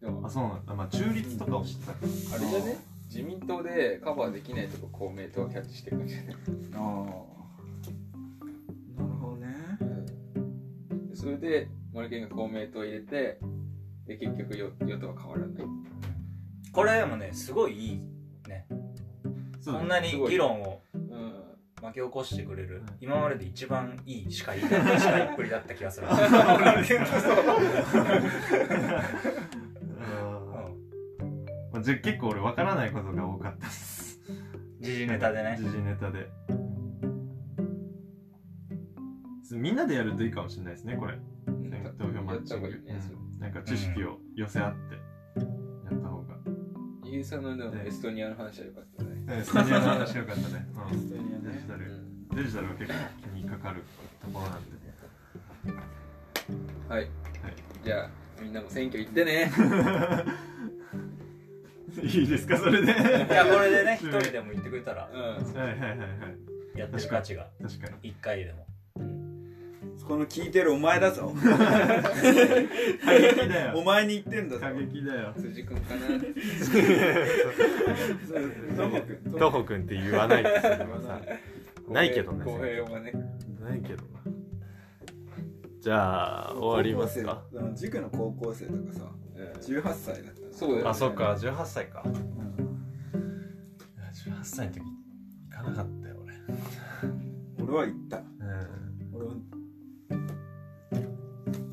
S3: でも
S2: あそうなんだまあ中立とかを知ってたから
S3: あれじゃね自民党でカバーできないとこ公明党がキャッチしてくんじゃない
S1: ああなるほどね
S3: でそれで森健が公明党を入れてで結局与与党は変わらない
S4: これでもねすごいいい
S2: そ
S4: こ
S2: うだ
S4: ん
S2: ね
S4: なに議論を
S3: うん
S4: 巻き起こしてくれる、
S2: うん
S4: 今までで一番いい司会司会っぷりだった気が するう
S2: うん
S4: ん
S2: まあじゃあ結構俺分からないことが多かったです
S4: 時事ネタでね
S2: 時事ネタでそうみんなでやるといいかもしれないですねこれ
S3: や
S2: 投票マッ
S3: っ
S2: チ
S3: た
S2: ン
S3: 方
S2: グ
S3: がいいねそれ
S2: うんなんか知識を寄せ合ってやった方が
S3: イギリスのでもエストニアの話は良かったね
S2: スタジオの話よかったね、う
S1: 普通にや
S2: ん、デジ
S1: ね
S2: タルデジタルは結構気にかかるところなんで
S3: はい、じゃあみんなも選挙行ってね
S2: いいですかそれではい
S4: いやこれでね一人でも言ってくれた ら
S3: うん
S2: はいはいはい
S4: やってる価値が
S2: 確かに
S4: 一回でも
S1: この聞いてるお前だぞ
S2: 過激だ
S1: お
S2: よ
S1: 前に言ってんだぞ
S2: 過激だよ
S3: 辻君かな
S1: どこ君
S6: トホくんって言わないですよでもさないけどね
S3: 公平はね
S6: ないけどなじゃあ終わりますか
S1: 高校生塾の高校生とかさ18歳だったの
S3: そうだよ、ね、
S6: あそっか18歳か
S1: うん
S6: 18歳の時行かなかったよ俺
S1: 俺は行った
S6: うん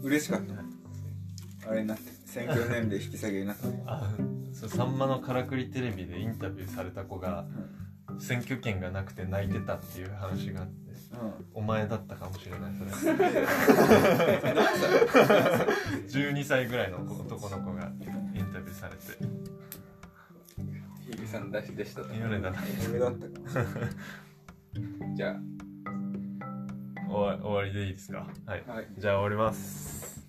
S1: 嬉しかったもんあれになって選挙年齢引き下げになったね
S2: あそうさんまのからくりテレビでインタビューされた子が選挙権がなくて泣いてたっていう話があって
S1: う
S2: お前だったかもしれないそれ12歳ぐらいの男の子がインタビューされて
S3: ひげさん出しでしたと
S2: 夜だなん
S1: 俺だったか
S3: じゃ
S2: 終わ終わりでいいですかはい
S3: あはい
S2: じゃあ終わります